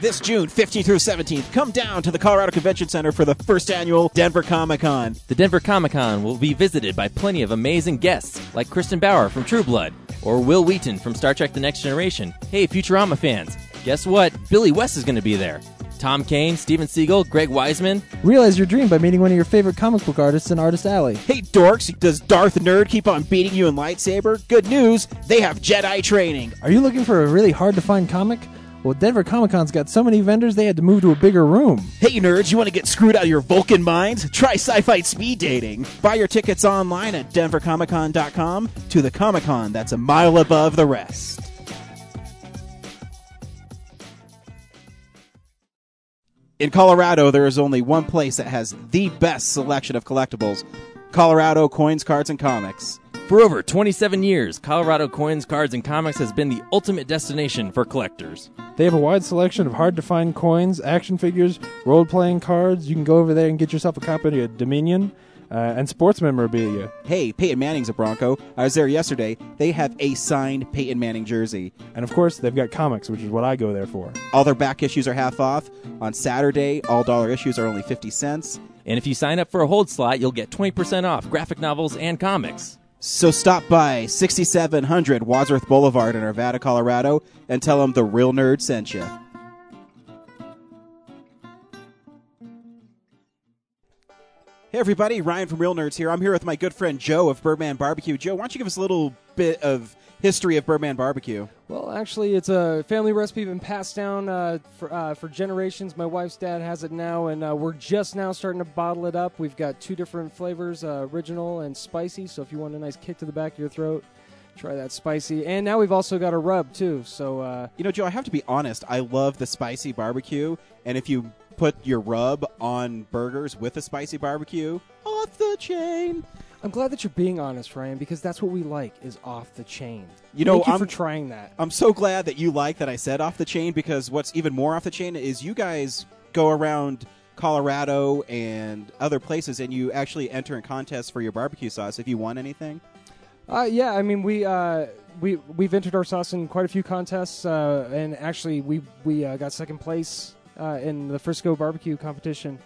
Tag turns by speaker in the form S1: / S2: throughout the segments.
S1: this June 15th through 17th. Come down to the Colorado Convention Center for the first annual Denver Comic Con.
S2: The Denver Comic Con will be visited by plenty of amazing guests like Kristen Bauer from True Blood or Will Wheaton from Star Trek The Next Generation. Hey, Futurama fans, guess what? Billy West is going to be there. Tom Kane, Steven Seagal, Greg Wiseman.
S3: Realize your dream by meeting one of your favorite comic book artists in Artist Alley.
S1: Hey, dorks, does Darth Nerd keep on beating you in lightsaber? Good news, they have Jedi training.
S3: Are you looking for a really hard to find comic? Well, Denver Comic Con's got so many vendors they had to move to a bigger room.
S1: Hey, nerds, you want to get screwed out of your Vulcan mind? Try sci fi speed dating. Buy your tickets online at denvercomiccon.com to the Comic Con that's a mile above the rest. In Colorado, there is only one place that has the best selection of collectibles Colorado coins, cards, and comics.
S2: For over 27 years, Colorado Coins, Cards, and Comics has been the ultimate destination for collectors.
S3: They have a wide selection of hard to find coins, action figures, role playing cards. You can go over there and get yourself a copy of Dominion uh, and sports memorabilia.
S1: Hey, Peyton Manning's a Bronco. I was there yesterday. They have a signed Peyton Manning jersey.
S3: And of course, they've got comics, which is what I go there for.
S1: All their back issues are half off. On Saturday, all dollar issues are only 50 cents.
S2: And if you sign up for a hold slot, you'll get 20% off graphic novels and comics.
S1: So stop by 6700 Wadsworth Boulevard in Arvada, Colorado, and tell them the real nerd sent you. Hey everybody, Ryan from Real Nerds here. I'm here with my good friend Joe of Birdman Barbecue. Joe, why don't you give us a little bit of history of Birdman Barbecue?
S4: Well, actually, it's a family recipe been passed down uh, for uh, for generations. My wife's dad has it now, and uh, we're just now starting to bottle it up. We've got two different flavors: uh, original and spicy. So if you want a nice kick to the back of your throat, try that spicy. And now we've also got a rub too. So uh,
S1: You know, Joe, I have to be honest. I love the spicy barbecue, and if you put your rub on burgers with a spicy barbecue, off the chain.
S4: I'm glad that you're being honest, Ryan, because that's what we like is off the chain.
S1: You know,
S4: Thank you
S1: I'm-
S4: for trying that.
S1: I'm so glad that you like that I said off the chain because what's even more off the chain is you guys go around Colorado and other places and you actually enter in contests for your barbecue sauce if you want anything.
S4: Uh, yeah, I mean we uh, we we've entered our sauce in quite a few contests, uh, and actually we we uh, got second place uh, in the Frisco barbecue competition.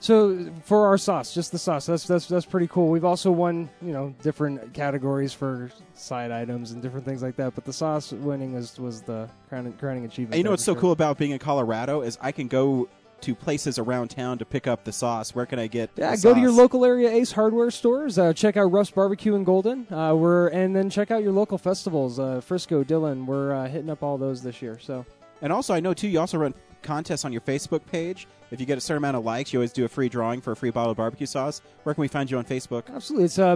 S4: So for our sauce, just the sauce, that's that's that's pretty cool. We've also won you know different categories for side items and different things like that, but the sauce winning was was the crowning, crowning achievement.
S1: And you know
S4: there
S1: what's
S4: for
S1: so
S4: sure.
S1: cool about being in Colorado is I can go to places around town to pick up the sauce. Where can I get
S4: Yeah,
S1: the
S4: go to your
S1: sauce?
S4: local area Ace Hardware stores. Uh, check out Ruff's Barbecue in Golden. Uh, we're and then check out your local festivals, uh, Frisco, Dillon. We're uh, hitting up all those this year. So
S1: And also, I know too, you also run contests on your Facebook page. If you get a certain amount of likes, you always do a free drawing for a free bottle of barbecue sauce. Where can we find you on Facebook?
S4: absolutely, it's uh,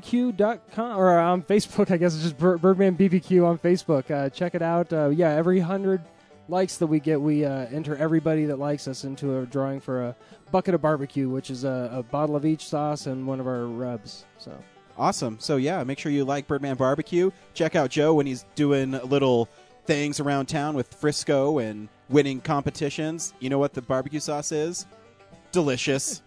S4: BirdmanBBQ.com or uh, on Facebook. I guess it's just Bir- Birdman BBQ on Facebook. Uh, check it out. Uh, yeah, every hundred likes that we get, we uh, enter everybody that likes us into a drawing for a bucket of barbecue, which is a, a bottle of each sauce and one of our rubs. So.
S1: Awesome. So yeah, make sure you like Birdman Barbecue. Check out Joe when he's doing little things around town with Frisco and winning competitions. You know what the barbecue sauce is? Delicious.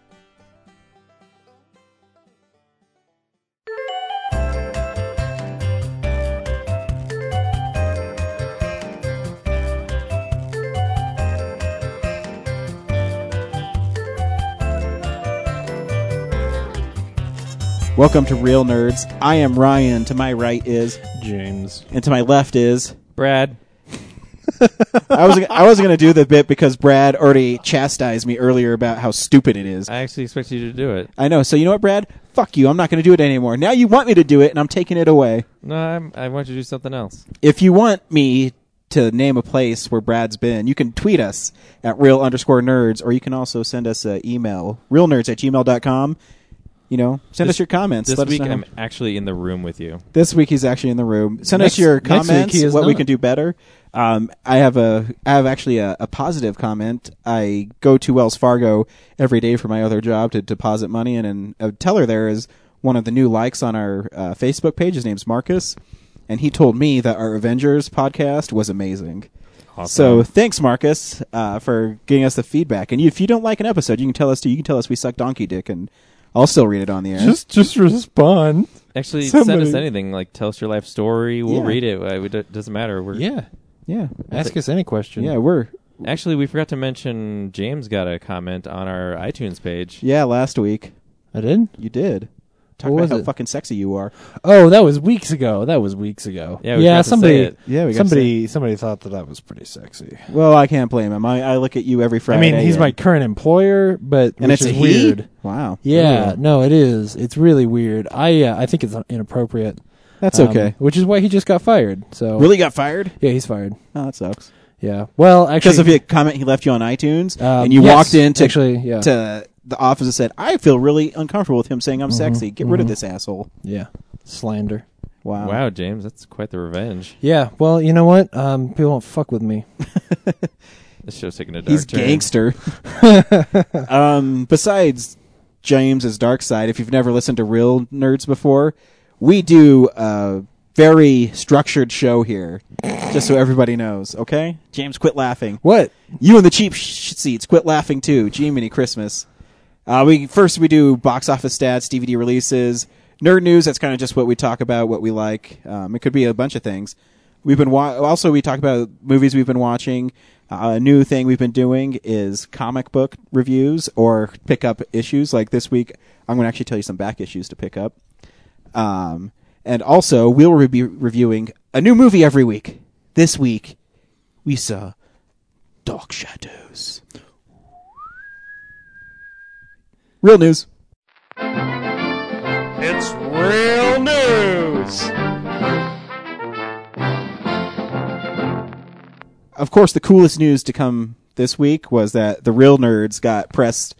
S1: Welcome to Real Nerds. I am Ryan. To my right is,
S3: James.
S1: and to my left is.
S2: Brad,
S1: I was I wasn't gonna do the bit because Brad already chastised me earlier about how stupid it is.
S2: I actually expected you to do it.
S1: I know. So you know what, Brad? Fuck you. I'm not gonna do it anymore. Now you want me to do it, and I'm taking it away.
S2: No, I'm, I want you to do something else.
S1: if you want me to name a place where Brad's been, you can tweet us at real underscore nerds, or you can also send us an email, realnerds at gmail.com. You know, send
S2: This-
S1: us your comments.
S2: This
S1: Let us
S2: week,
S1: know.
S2: I'm actually in the room with you.
S1: this week he's actually in the room. Send
S2: Next-
S1: us your
S2: next week he
S1: comments,
S2: is
S1: what we
S2: not.
S1: can do better. Um, I have a, I have actually a, a positive comment. I go to Wells Fargo every day for my other job to deposit money, in, and a teller there is one of the new likes on our uh, Facebook page. His name's Marcus, and he told me that our Avengers podcast was amazing. So thanks, Marcus, uh, for giving us the feedback. And you, if you don't like an episode, you can tell us too. You can tell us we suck donkey dick, and I'll still read it on the air.
S3: Just just respond.
S2: Actually,
S3: Somebody-
S2: send us anything. Like, tell us your life story. We'll
S1: Yeah.
S2: read it. Uh, It do- doesn't matter. We're
S3: Yeah.
S1: yeah,
S3: Ask us any question.
S1: yeah, we're
S2: Actually, we forgot to mention James got a comment on our iTunes page.
S1: Yeah, last week
S5: I did.
S1: you did. Talk
S5: What
S1: about
S5: was
S1: how
S5: it?
S1: fucking sexy you are.
S5: Oh, that was weeks ago. That was weeks ago.
S2: Yeah, we forgot to
S5: somebody.
S2: say it.
S1: Yeah, we got
S5: somebody. Somebody thought that that was pretty sexy.
S1: Well, I can't blame him. I, I look at you every Friday.
S5: I mean, he's my current employer, but
S1: and
S5: which
S1: it's a
S5: is
S1: he?
S5: weird.
S1: Wow.
S5: Yeah, no, it is. It's really weird. I uh, I think it's inappropriate.
S1: That's
S5: Um,
S1: okay.
S5: Which is why he just got fired. So
S1: Really got fired?
S5: yeah, he's fired.
S1: Oh, that sucks.
S5: Yeah. Well, actually,
S1: Because of your comment he left you on iTunes,
S5: um,
S1: and you
S5: yes,
S1: walked into
S5: actually, yeah,
S1: to the office and said, "I feel really uncomfortable with him
S5: Mm-hmm,
S1: saying I'm sexy. Get rid of this asshole."
S5: yeah, slander.
S1: Wow.
S2: Wow, James, that's quite the revenge.
S5: Yeah. Well, you know what? Um, people won't fuck with me.
S2: This show's taking a dark
S1: He's
S2: turn.
S1: gangster. um, besides James's dark side, if you've never listened to Real Nerds before, we do a very structured show here, just so everybody knows. Okay, James, quit laughing.
S5: What?
S1: You and the cheap sh- seats, quit laughing too. Jiminy Christmas. Uh, we first we do box office stats, DVD releases, nerd news. That's kind of just what we talk about, what we like. Um, it could be a bunch of things. We've been wa- also we talk about movies we've been watching. Uh, a new thing we've been doing is comic book reviews or pick up issues. Like this week, I'm going to actually tell you some back issues to pick up. Um, and also, we'll re- be reviewing a new movie every week. This week, we saw Dark Shadows. Real news.
S6: It's real news.
S1: Of course, the coolest news to come this week was that the Real Nerds got pressed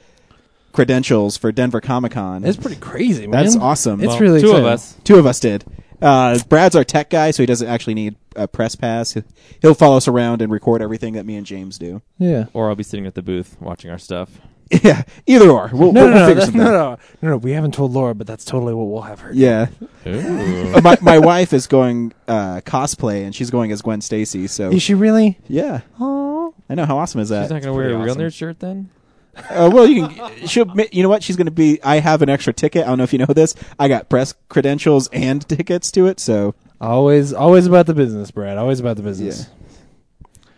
S1: credentials for Denver Comic Con.
S5: That's pretty crazy, man.
S1: That's awesome.
S5: It's
S1: Well,
S5: really
S2: two
S5: exciting.
S2: of us.
S1: Two of us did. Uh, Brad's our tech guy, so he doesn't actually need a press pass. He- He'll follow us around and record everything that me and James do.
S5: Yeah.
S2: Or I'll be sitting at the booth watching our stuff.
S1: yeah, either or. We'll,
S5: No,
S1: we'll, we'll
S5: no, no,
S1: figure
S5: that-
S1: something
S5: no,
S1: out.
S5: no, no, no. We haven't told Laura, but that's totally what we'll have her. do.
S1: Yeah,
S2: Ooh.
S1: my, my wife is going uh, cosplay, and she's going as Gwen Stacy. So
S5: Is she really?
S1: yeah,
S5: Oh.
S1: I know how awesome is that.
S2: He's not going to wear a
S1: Pretty
S2: real
S1: awesome.
S2: nerd shirt then?
S1: Uh, well, you can. She'll. ma- You know what? She's going to be. I have an extra ticket. I don't know if you know this. I got press credentials and tickets to it. So.
S5: Always, always about the business, Brad. Always about the business.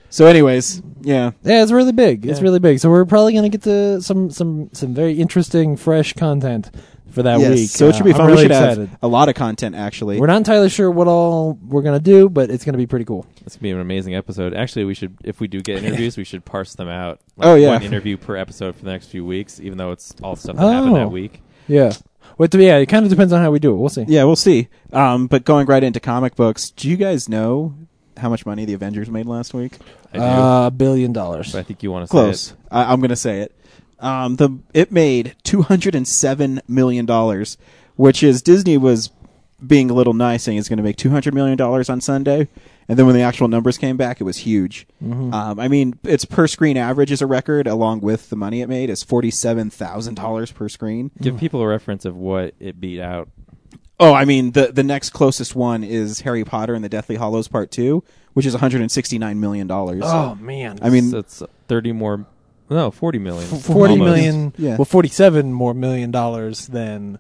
S1: So, anyways, yeah.
S5: Yeah, it's really big. It's
S2: Yeah.
S5: really big. So we're probably gonna get to some some some very interesting, fresh content for that
S1: Yes.
S5: week.
S1: So it should be
S5: Uh,
S1: fun.
S5: I'm really
S1: we should
S5: excited.
S1: have a lot of content actually.
S5: We're not entirely sure what all we're gonna do, but it's gonna be pretty cool.
S2: It's going to be an amazing episode. Actually, we should, if we do get interviews, we should parse them out.
S1: Oh, yeah.
S2: One interview per episode for the next few weeks, even though it's all stuff that happened
S5: Oh.
S2: that week.
S5: Yeah. But yeah, it kind of depends on how we do it. We'll see.
S1: yeah, we'll see. Um, but going right into comic books, do you guys know how much money the Avengers made last week?
S2: I do.
S5: uh, billion dollars.
S2: but I think you want to
S1: Close.
S2: say
S1: I, I'm going to say it. Um, the it made 207 million dollars, which is Disney was being a little nice, saying it's going to make 200 million dollars on Sunday, and then when the actual numbers came back, it was huge. Um, I mean, its per screen average is a record, along with the money it made is 47 thousand dollars per screen.
S2: it. Give people a reference of what it beat out.
S1: Oh, I mean, the the next closest one is Harry Potter and the Deathly Hollows Part Two, which is 169 million dollars.
S5: Oh man.
S1: I mean,
S2: So it's 30 more, no, 40 million.
S5: forty
S2: Almost.
S5: million.
S1: Yeah.
S5: Well, forty-seven more million dollars than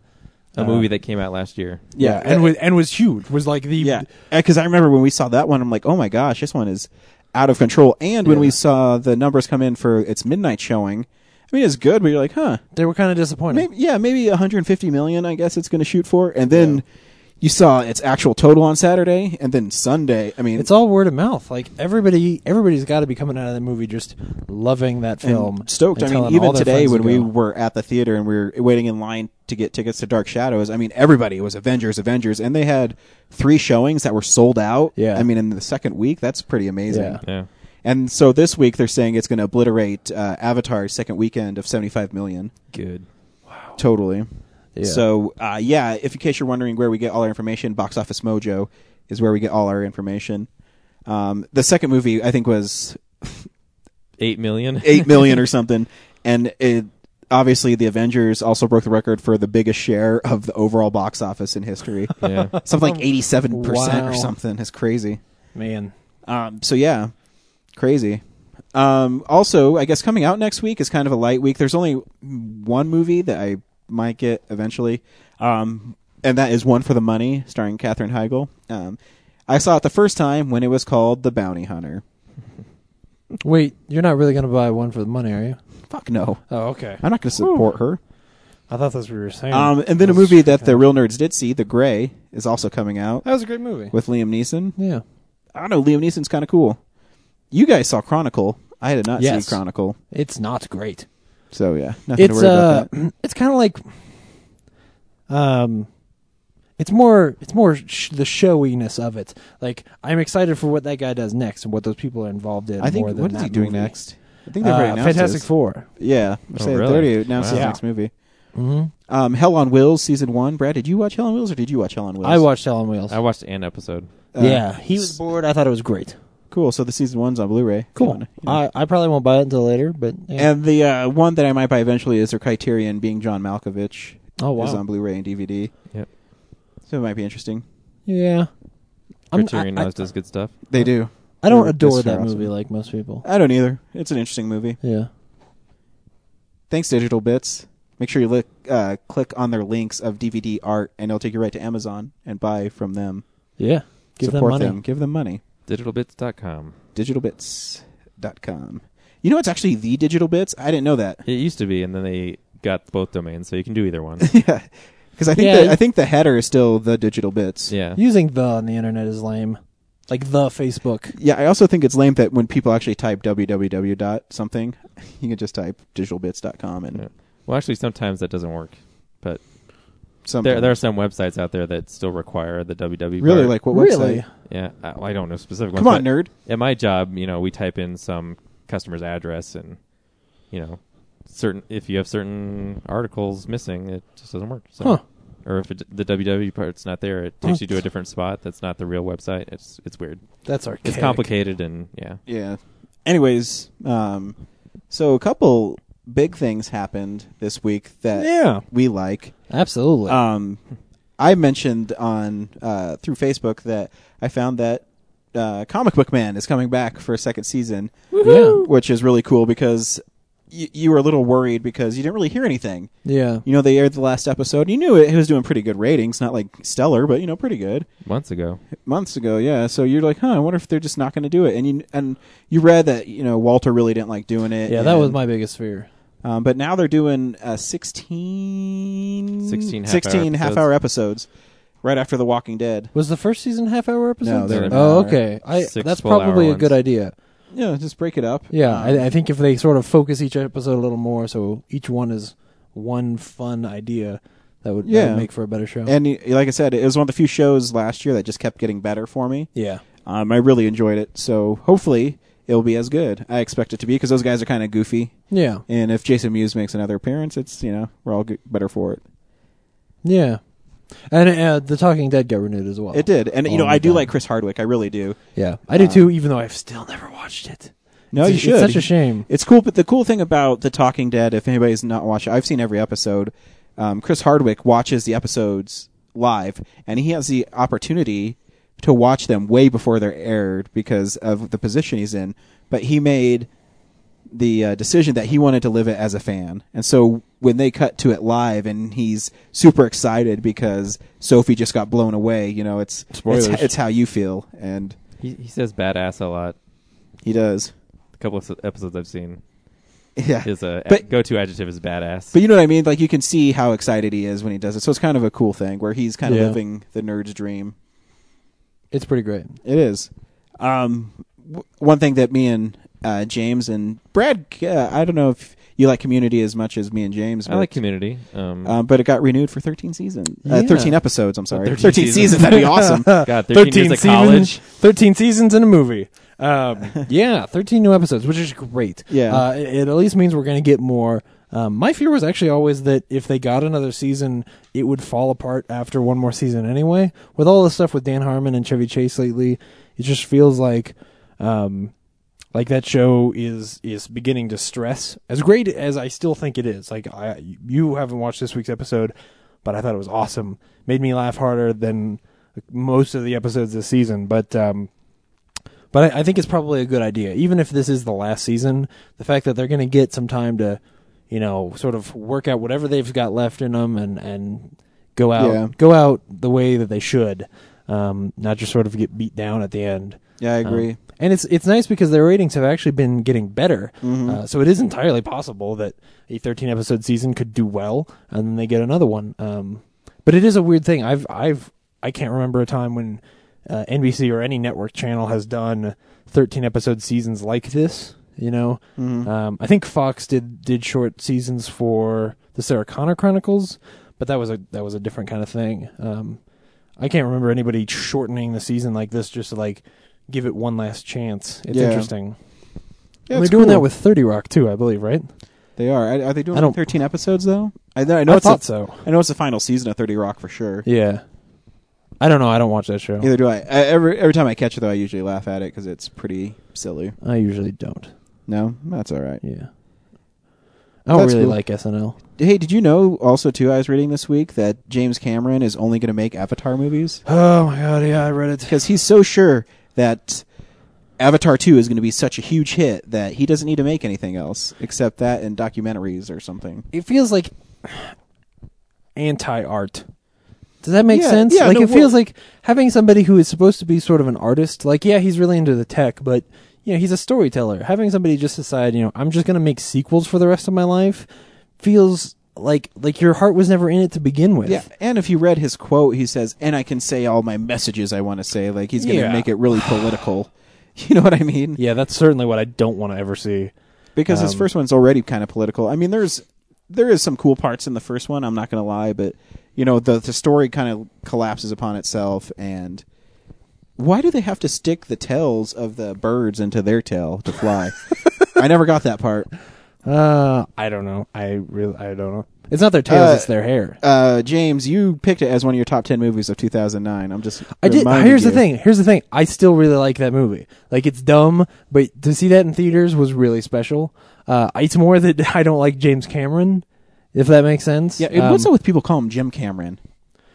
S2: A
S5: uh,
S2: movie that came out last year.
S1: yeah,
S5: and was and was huge. Was like the
S1: Yeah, because I remember when we saw that one, I'm like, oh my gosh, this one is out of control. And when we
S5: Yeah.
S1: saw the numbers come in for its midnight showing, I mean, it's good, but you're like, huh,
S5: They were kind of disappointing.
S1: maybe, yeah, maybe 150 million, I guess it's going to shoot for. And then you saw its actual total on Saturday, and then Sunday. I mean,
S5: It's all word of mouth. Like everybody, everybody's got to be coming out of that movie just loving that
S1: and
S5: film.
S1: stoked. I
S5: and
S1: mean,
S5: telling all
S1: even
S5: their
S1: today
S5: friends
S1: when
S5: to
S1: we
S5: go.
S1: were at the theater and we were waiting in line to get tickets to Dark Shadows, I mean, everybody was Avengers, Avengers, and they had three showings that were sold out.
S5: Yeah.
S1: I mean, in the second week, that's pretty amazing.
S5: Yeah.
S2: Yeah.
S1: And so this week they're saying it's going to obliterate uh, Avatar's second weekend of 75 million
S2: Good.
S1: totally.
S5: Yeah.
S1: So uh, yeah, if in case you're wondering where we get all our information, Box Office Mojo is where we get all our information. Um, the second movie I think was
S2: 8 million?
S1: eight million or something, and it obviously the Avengers also broke the record for the biggest share of the overall box office in history.
S2: yeah.
S1: something like 87 percent
S5: Wow.
S1: or something. It's crazy.
S5: man,
S1: Um, so yeah, crazy. Um, also, I guess coming out next week is kind of a light week. There's only one movie that I might get eventually, um, and that is One for the Money, starring Katherine Heigl. Um, I saw it the first time when it was called The Bounty Hunter.
S5: Wait, you're not really going to buy one for the money, are you?
S1: Fuck no.
S5: Oh, okay.
S1: I'm not going to support her.
S5: I thought that's what you were saying.
S1: Um, and then a
S5: That's-
S1: movie that
S5: okay.
S1: the real nerds did see, The Gray, is also coming out
S5: That was a great movie.
S1: with Liam Neeson.
S5: Yeah.
S1: I don't know. Liam Neeson's kind of cool. You guys saw Chronicle. I did not
S5: Yes.
S1: see Chronicle.
S5: It's not great.
S1: So yeah, nothing to
S5: it's uh,
S1: worry about that.
S5: it's kind of like um it's more it's more sh- the showiness of it. Like I'm excited for what that guy does next and what those people are involved in
S1: I think
S5: more than
S1: what is
S5: that
S1: he doing
S5: movie.
S1: next? I think they've already
S5: Uh,
S1: announced
S5: Fantastic
S1: his.
S5: Four.
S1: Yeah,
S2: Oh,
S1: say
S2: really?
S1: they already announced his
S5: Wow.
S1: next movie.
S5: Mm-hmm.
S1: Um, Hell on Wheels season one. Brad, did you watch Hell on Wheels or did you watch Hell on Wheels?
S5: I watched Hell on Wheels.
S2: I watched an episode.
S1: Uh,
S5: yeah, he was bored. I thought it was great.
S1: Cool. So the season one's on Blu-ray.
S5: Cool.
S1: You know.
S5: I, I probably won't buy it until later, but yeah.
S1: and the uh, one that I might buy eventually is their Criterion, being John Malkovich,
S5: oh
S1: is
S5: wow,
S1: on Blu-ray and DVD.
S2: Yep.
S1: So it might be interesting.
S5: yeah. I'm-
S2: Criterion
S5: Um, I, I,
S2: Knows does good stuff.
S1: They do.
S5: I don't
S1: They're
S5: adore
S1: just
S5: that
S1: awesome.
S5: movie like most people.
S1: I don't either. It's an interesting movie.
S5: Yeah.
S1: Thanks, Digital Bits. Make sure you look, uh, click on their links of DVD art, and it'll take you right to Amazon and buy from them.
S5: Yeah. Give
S1: Support
S5: them money.
S1: Give them money.
S2: Digitalbits.com.
S1: Digitalbits.com. You know, it's actually the Digital Bits. I didn't know that.
S2: It used to be, and then they got both domains, so you can do either one.
S1: yeah, because I think
S5: Yeah.
S1: the, I think the header is still the Digital Bits.
S2: yeah.
S5: Using the on the internet is lame. Like the Facebook.
S1: Yeah, I also think it's lame that when people actually type www dot something, you can just type digitalbits.com and
S2: Yeah. Well, actually, sometimes that doesn't work. But
S1: something.
S2: there, there are some websites out there that still require the www.
S1: really
S2: part.
S1: like what
S5: really?
S1: website?
S2: Yeah. I, well, I don't know specific
S1: Come
S2: ones,
S1: on,
S2: but
S1: nerd.
S2: At my job, you know, we type in some customer's address, and you know, certain if you have certain articles missing, it just doesn't work. So.
S5: Huh.
S2: Or if it, the www part's not there, it takes you to a different spot that's not the real website. It's it's weird.
S5: That's archaic.
S2: It's complicated and yeah.
S1: Yeah. Anyways, um, so a couple big things happened this week that
S5: Yeah.
S1: we like.
S5: Absolutely.
S1: Um, I mentioned on uh, through Facebook that I found that uh, Comic Book Man is coming back for a second season,
S5: Woohoo!
S1: which is really cool because y- you were a little worried because you didn't really hear anything.
S5: yeah.
S1: You know, they aired the last episode. You knew it, it was doing pretty good ratings, not like stellar, but you know, pretty good
S2: Months ago,
S1: months ago. Yeah, so you're like, huh? I wonder if they're just not going to do it. And you and you read that you know Walter really didn't like doing it.
S5: Yeah, that was
S1: and-
S5: my biggest fear.
S1: Um, but now they're doing uh, 16,
S2: 16 half-hour
S1: 16 half
S2: episodes.
S1: hour episodes right after The Walking Dead.
S5: Was the first season half hour
S1: No,
S5: episodes?
S1: they're
S2: an
S5: oh,
S1: hour.
S5: okay. I
S2: Six
S5: that's
S2: 12-hour
S5: probably a
S2: ones.
S5: good idea.
S1: Yeah, just break it up.
S5: Yeah,
S1: Um,
S5: I, I think if they sort of focus each episode a little more, so each one is one fun idea, that would, that would
S1: Yeah.
S5: make for a better show.
S1: and y- like I said, it was one of the few shows last year that just kept getting better for me.
S5: yeah,
S1: Um, I really enjoyed it, so hopefully it'll be as good. I expect it to be because those guys are kind of goofy,
S5: yeah,
S1: and if Jason Mewes makes another appearance, it's you know we're all g- better for it.
S5: yeah. And uh, the Talking Dead got renewed as well.
S1: It did, and you
S5: Oh
S1: know
S5: my
S1: I do
S5: God.
S1: like Chris Hardwick, I really do.
S5: Yeah, I do
S1: Uh,
S5: too. Even though I've still never watched it.
S1: No,
S5: It's-
S1: you should.
S5: It's such a shame.
S1: It's cool, but the cool thing about The Talking Dead, if anybody's not watching, I've seen every episode. Um, Chris Hardwick watches the episodes live, and he has the opportunity to watch them way before they're aired because of the position he's in. But he made the uh, decision that he wanted to live it as a fan, and so when they cut to it live, and he's super excited because Sophie just got blown away. You know, it's
S5: Spoilers.
S1: It's, it's how you feel, and
S2: he he says badass a lot.
S1: he does.
S2: A couple of episodes I've seen,
S1: Yeah,
S2: his uh,
S1: But-
S2: go-to adjective is badass.
S1: But you know what I mean? Like you can see how excited he is when he does it. So it's kind of a cool thing where he's kind of
S5: Yeah.
S1: living the nerd's dream.
S5: It's pretty great.
S1: It is. Um, w- one thing that me and uh, James and Brad, uh, I don't know if you like Community as much as me and James.
S2: I
S1: but-
S2: like Community. Um,
S1: Um, but it got renewed for 13 seasons. Uh,
S5: Yeah.
S1: 13 episodes, I'm sorry.
S2: 13
S1: 13, seasons. that'd be awesome.
S2: God, 13 years of college.
S5: seasons, thirteen seasons in a movie. Um, yeah, thirteen new episodes, which is great.
S1: Yeah.
S5: uh, it, it at least means we're going to get more. Um, my fear was actually always that if they got another season, it would fall apart after one more season anyway. With all the stuff with Dan Harmon and Chevy Chase lately, it just feels like, um, like that show is is beginning to stress. As great as I still think it is, like I you haven't watched this week's episode, but I thought it was awesome. Made me laugh harder than most of the episodes this season, but um, but I, I think it's probably a good idea. Even if this is the last season, the fact that they're going to get some time to, you know, sort of work out whatever they've got left in them and and go out
S1: Yeah.
S5: go out the way that they should, um, not just sort of get beat down at the end.
S1: yeah, I agree.
S5: Um, and it's it's nice because their ratings have actually been getting better.
S1: Mm-hmm.
S5: Uh, so it is entirely possible that a 13 episode season could do well, and then they get another one. Um, but it is a weird thing. I've I've I can't remember a time when uh, NBC or any network channel has done 13 episode seasons like this. You know,
S1: Mm-hmm.
S5: um, I think Fox did did short seasons for the Sarah Connor Chronicles, but that was a that was a different kind of thing. Um, I can't remember anybody shortening the season like this just to like give it one last chance. It's
S1: Yeah.
S5: interesting.
S1: Yeah,
S5: and they're
S1: it's
S5: doing
S1: cool.
S5: that with Thirty Rock too, I believe, right?
S1: They are. Are, are they doing
S5: I don't-
S1: thirteen episodes though? I, I know
S5: I
S1: it's
S5: thought
S1: a,
S5: so.
S1: I know it's the final season of Thirty Rock for sure.
S5: Yeah, I don't know. I don't watch that show.
S1: Neither do I. I. Every every time I catch it though, I usually laugh at it because it's pretty silly.
S5: I usually don't.
S1: No, that's all right.
S5: Yeah, I don't
S1: That's
S5: really
S1: cool.
S5: like SNL.
S1: Hey, did you know also too? I was reading this week that James Cameron is only going to make Avatar movies
S5: Oh my god, yeah, I read it.
S1: because he's so sure that Avatar Two is going to be such a huge hit that he doesn't need to make anything else except that and documentaries or something.
S5: It feels like anti art. Does that make
S1: Yeah,
S5: sense?
S1: yeah,
S5: like
S1: no,
S5: it feels like having somebody who is supposed to be sort of an artist, like yeah, he's really into the tech, but you know, he's a storyteller. Having somebody just decide, you know, I'm just gonna make sequels for the rest of my life feels like like your heart was never in it to begin with.
S1: Yeah, and if you read his quote, he says, "And I can say all my messages I want to say." Like he's going to
S5: Yeah.
S1: make it really political. You know what I mean?
S5: Yeah, that's certainly what I don't want to ever see.
S1: Because his
S5: Um,
S1: first one's already kind of political. I mean, there's there is some cool parts in the first one. I'm not going to lie, but you know the the story kind of collapses upon itself. And why do they have to stick the tails of the birds into their tail to fly? I never got that part.
S5: Uh, I don't know. I really, I don't know. It's not their tails;
S1: Uh,
S5: it's their hair.
S1: Uh, James, you picked it as one of your top ten movies of 2009. I'm just
S5: I did.
S1: reminding
S5: Here's
S1: you.
S5: the thing. Here's the thing. I still really like that movie. Like it's dumb, but to see that in theaters was really special. Uh, it's more that I don't like James Cameron, if that makes sense.
S1: Yeah, and
S5: Um,
S1: what's up with people call him Jim Cameron?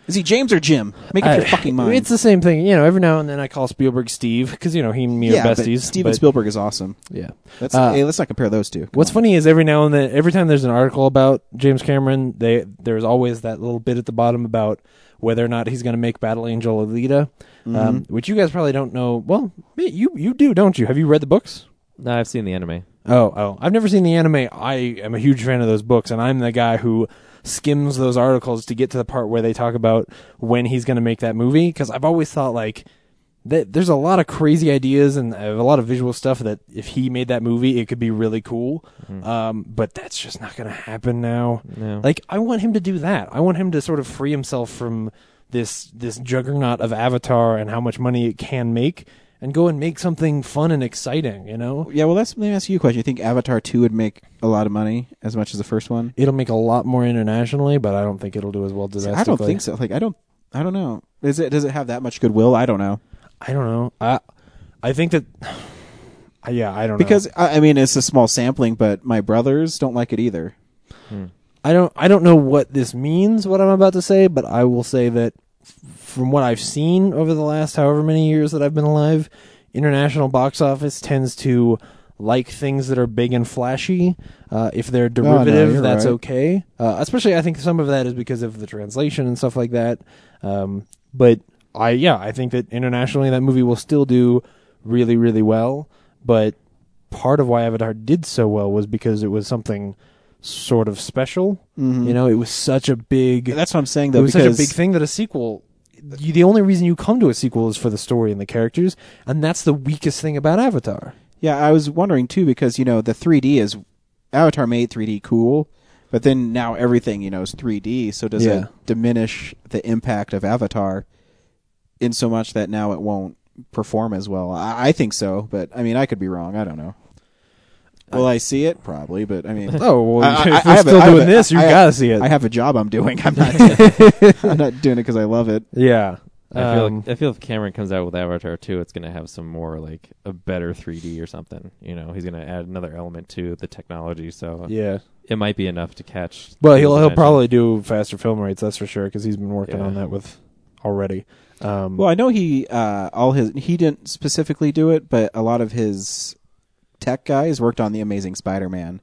S1: Is he James or Jim? Make up
S5: I-
S1: your fucking mind.
S5: It's the same thing. You know, every now and then I call Spielberg Steve because you know he and me
S1: yeah,
S5: are
S1: but
S5: besties.
S1: Steven
S5: but-
S1: Spielberg is awesome.
S5: Yeah.
S1: Let's
S5: Uh,
S1: hey, let's not compare those two. Come
S5: What's
S1: on.
S5: funny is every now and then, every time there's an article about James Cameron, they there's always that little bit at the bottom about whether or not he's going to make Battle Angel Alita,
S1: Mm-hmm.
S5: um, which you guys probably don't know. Well, you you do, don't you? Have you read the books?
S2: No, I've seen the anime.
S5: Oh, oh. I've never seen the anime. I am a huge fan of those books, and I'm the guy who skims those articles to get to the part where they talk about when he's going to make that movie. Because I've always thought, like, that there's a lot of crazy ideas and uh, a lot of visual stuff that if he made that movie, it could be really cool. Um, but that's just not going to happen now.
S2: No.
S5: Like, I want him to do that. I want him to sort of free himself from this this juggernaut of Avatar and how much money it can make, and go and make something fun and exciting. You know.
S1: Yeah, well, that's, let me ask you a question. You think Avatar Two would make a lot of money as much as the first one?
S5: It'll make a lot more internationally, but I don't think it'll do as well domestically.
S1: I don't think so. Like, I don't, I don't know. Is it does it have that much goodwill? I don't know
S5: I don't know. I I think that yeah, I don't
S1: because I, I mean it's a small sampling, but my brothers don't like it either.
S5: know. I don't I don't know what this means what I'm about to say, but I will say that f- from what I've seen over the last however many years that I've been alive, international box office tends to like things that are big and flashy. Uh, if they're
S1: Oh, no,
S5: derivative,
S1: you're
S5: that's
S1: right.
S5: okay. Uh, especially, I think some of that is because of the translation and stuff like that. Um, but I, yeah, I think that internationally, that movie will still do really, really well. But part of why Avatar did so well was because it was something sort of special. You know, it was such a big.
S1: That's what I'm saying
S5: It
S1: though.
S5: Mm-hmm. was such a
S1: because
S5: big thing that a sequel. You, the only reason you come to a sequel is for the story and the characters, and that's the weakest thing about Avatar.
S1: Yeah, I was wondering too because you know the 3D is Avatar made 3D cool, but then now everything you know is 3D. So does
S5: Yeah.
S1: it diminish the impact of Avatar in so much that now it won't perform as well? I, I think so, but I mean I could be wrong. I don't know. Will I see it? Probably, but I mean,
S5: Oh well,
S1: I- I-
S5: if
S1: I
S5: we're
S1: have a-
S5: still
S1: I have
S5: doing
S1: a-
S5: this, you
S1: I-
S5: gotta see it.
S1: I have a job I'm doing. I'm not. Doing, I'm not doing it because I love it.
S5: yeah,
S2: I feel
S5: Um,
S2: like, I feel if Cameron comes out with Avatar 2, it's going to have some more like a better 3D or something. You know, he's going to add another element to the technology, so
S5: yeah.
S2: it might be enough to catch.
S5: Well, he'll
S2: people's
S5: he'll
S2: attention.
S5: probably do faster film rates, that's for sure, because he's been working
S2: Yeah.
S5: on that with already. Um,
S1: Well, I know he uh, all his he didn't specifically do it, but a lot of his tech guys worked on the Amazing Spider-Man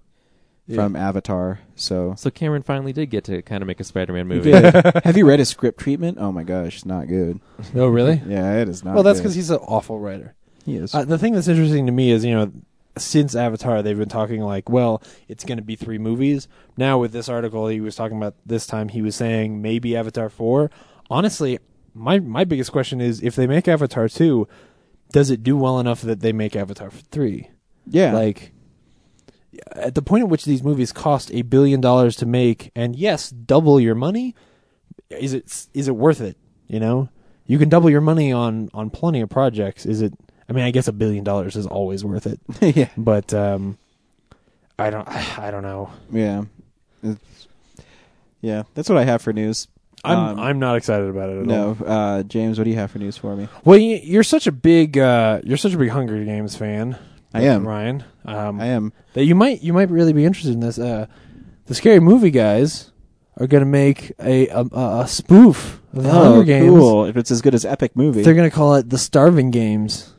S1: from Avatar. So
S2: So Cameron finally did get to kind of make a Spider-Man movie.
S1: have you read his script treatment? Oh my gosh, it's not good.
S5: oh, really?
S1: Yeah, it is not.
S5: well, that's because
S1: good.
S5: he's an awful writer.
S1: He is.
S5: Uh, the thing that's interesting to me is, you know, since Avatar, they've been talking like, well, it's going to be three movies. Now, with this article, he was talking about this time, he was saying maybe Avatar 4. Honestly, my, my biggest question is if they make Avatar 2, does it do well enough that they make Avatar 3?
S1: yeah.
S5: Like, at the point at which these movies cost a billion dollars to make, and yes, double your money, is it is it worth it? You know, you can double your money on on plenty of projects. Is it? I mean, I guess a billion dollars is always worth it,
S1: yeah.
S5: but um, I don't I don't know.
S1: Yeah. It's- yeah. That's what I have for news.
S5: I'm
S1: Um,
S5: I'm not excited about it at all.
S1: No, uh, James, what do you have for news for me?
S5: Well, you, you're such a big uh, you're such a big Hunger Games fan.
S1: I am.
S5: Ryan. Um,
S1: I am.
S5: that you might you might really be interested in this. Uh, the scary movie guys are going to make a a, a a spoof of the Hunger Games.
S1: Oh, cool! If it's as good as Epic Movie,
S5: They're going to call it the Starving Games.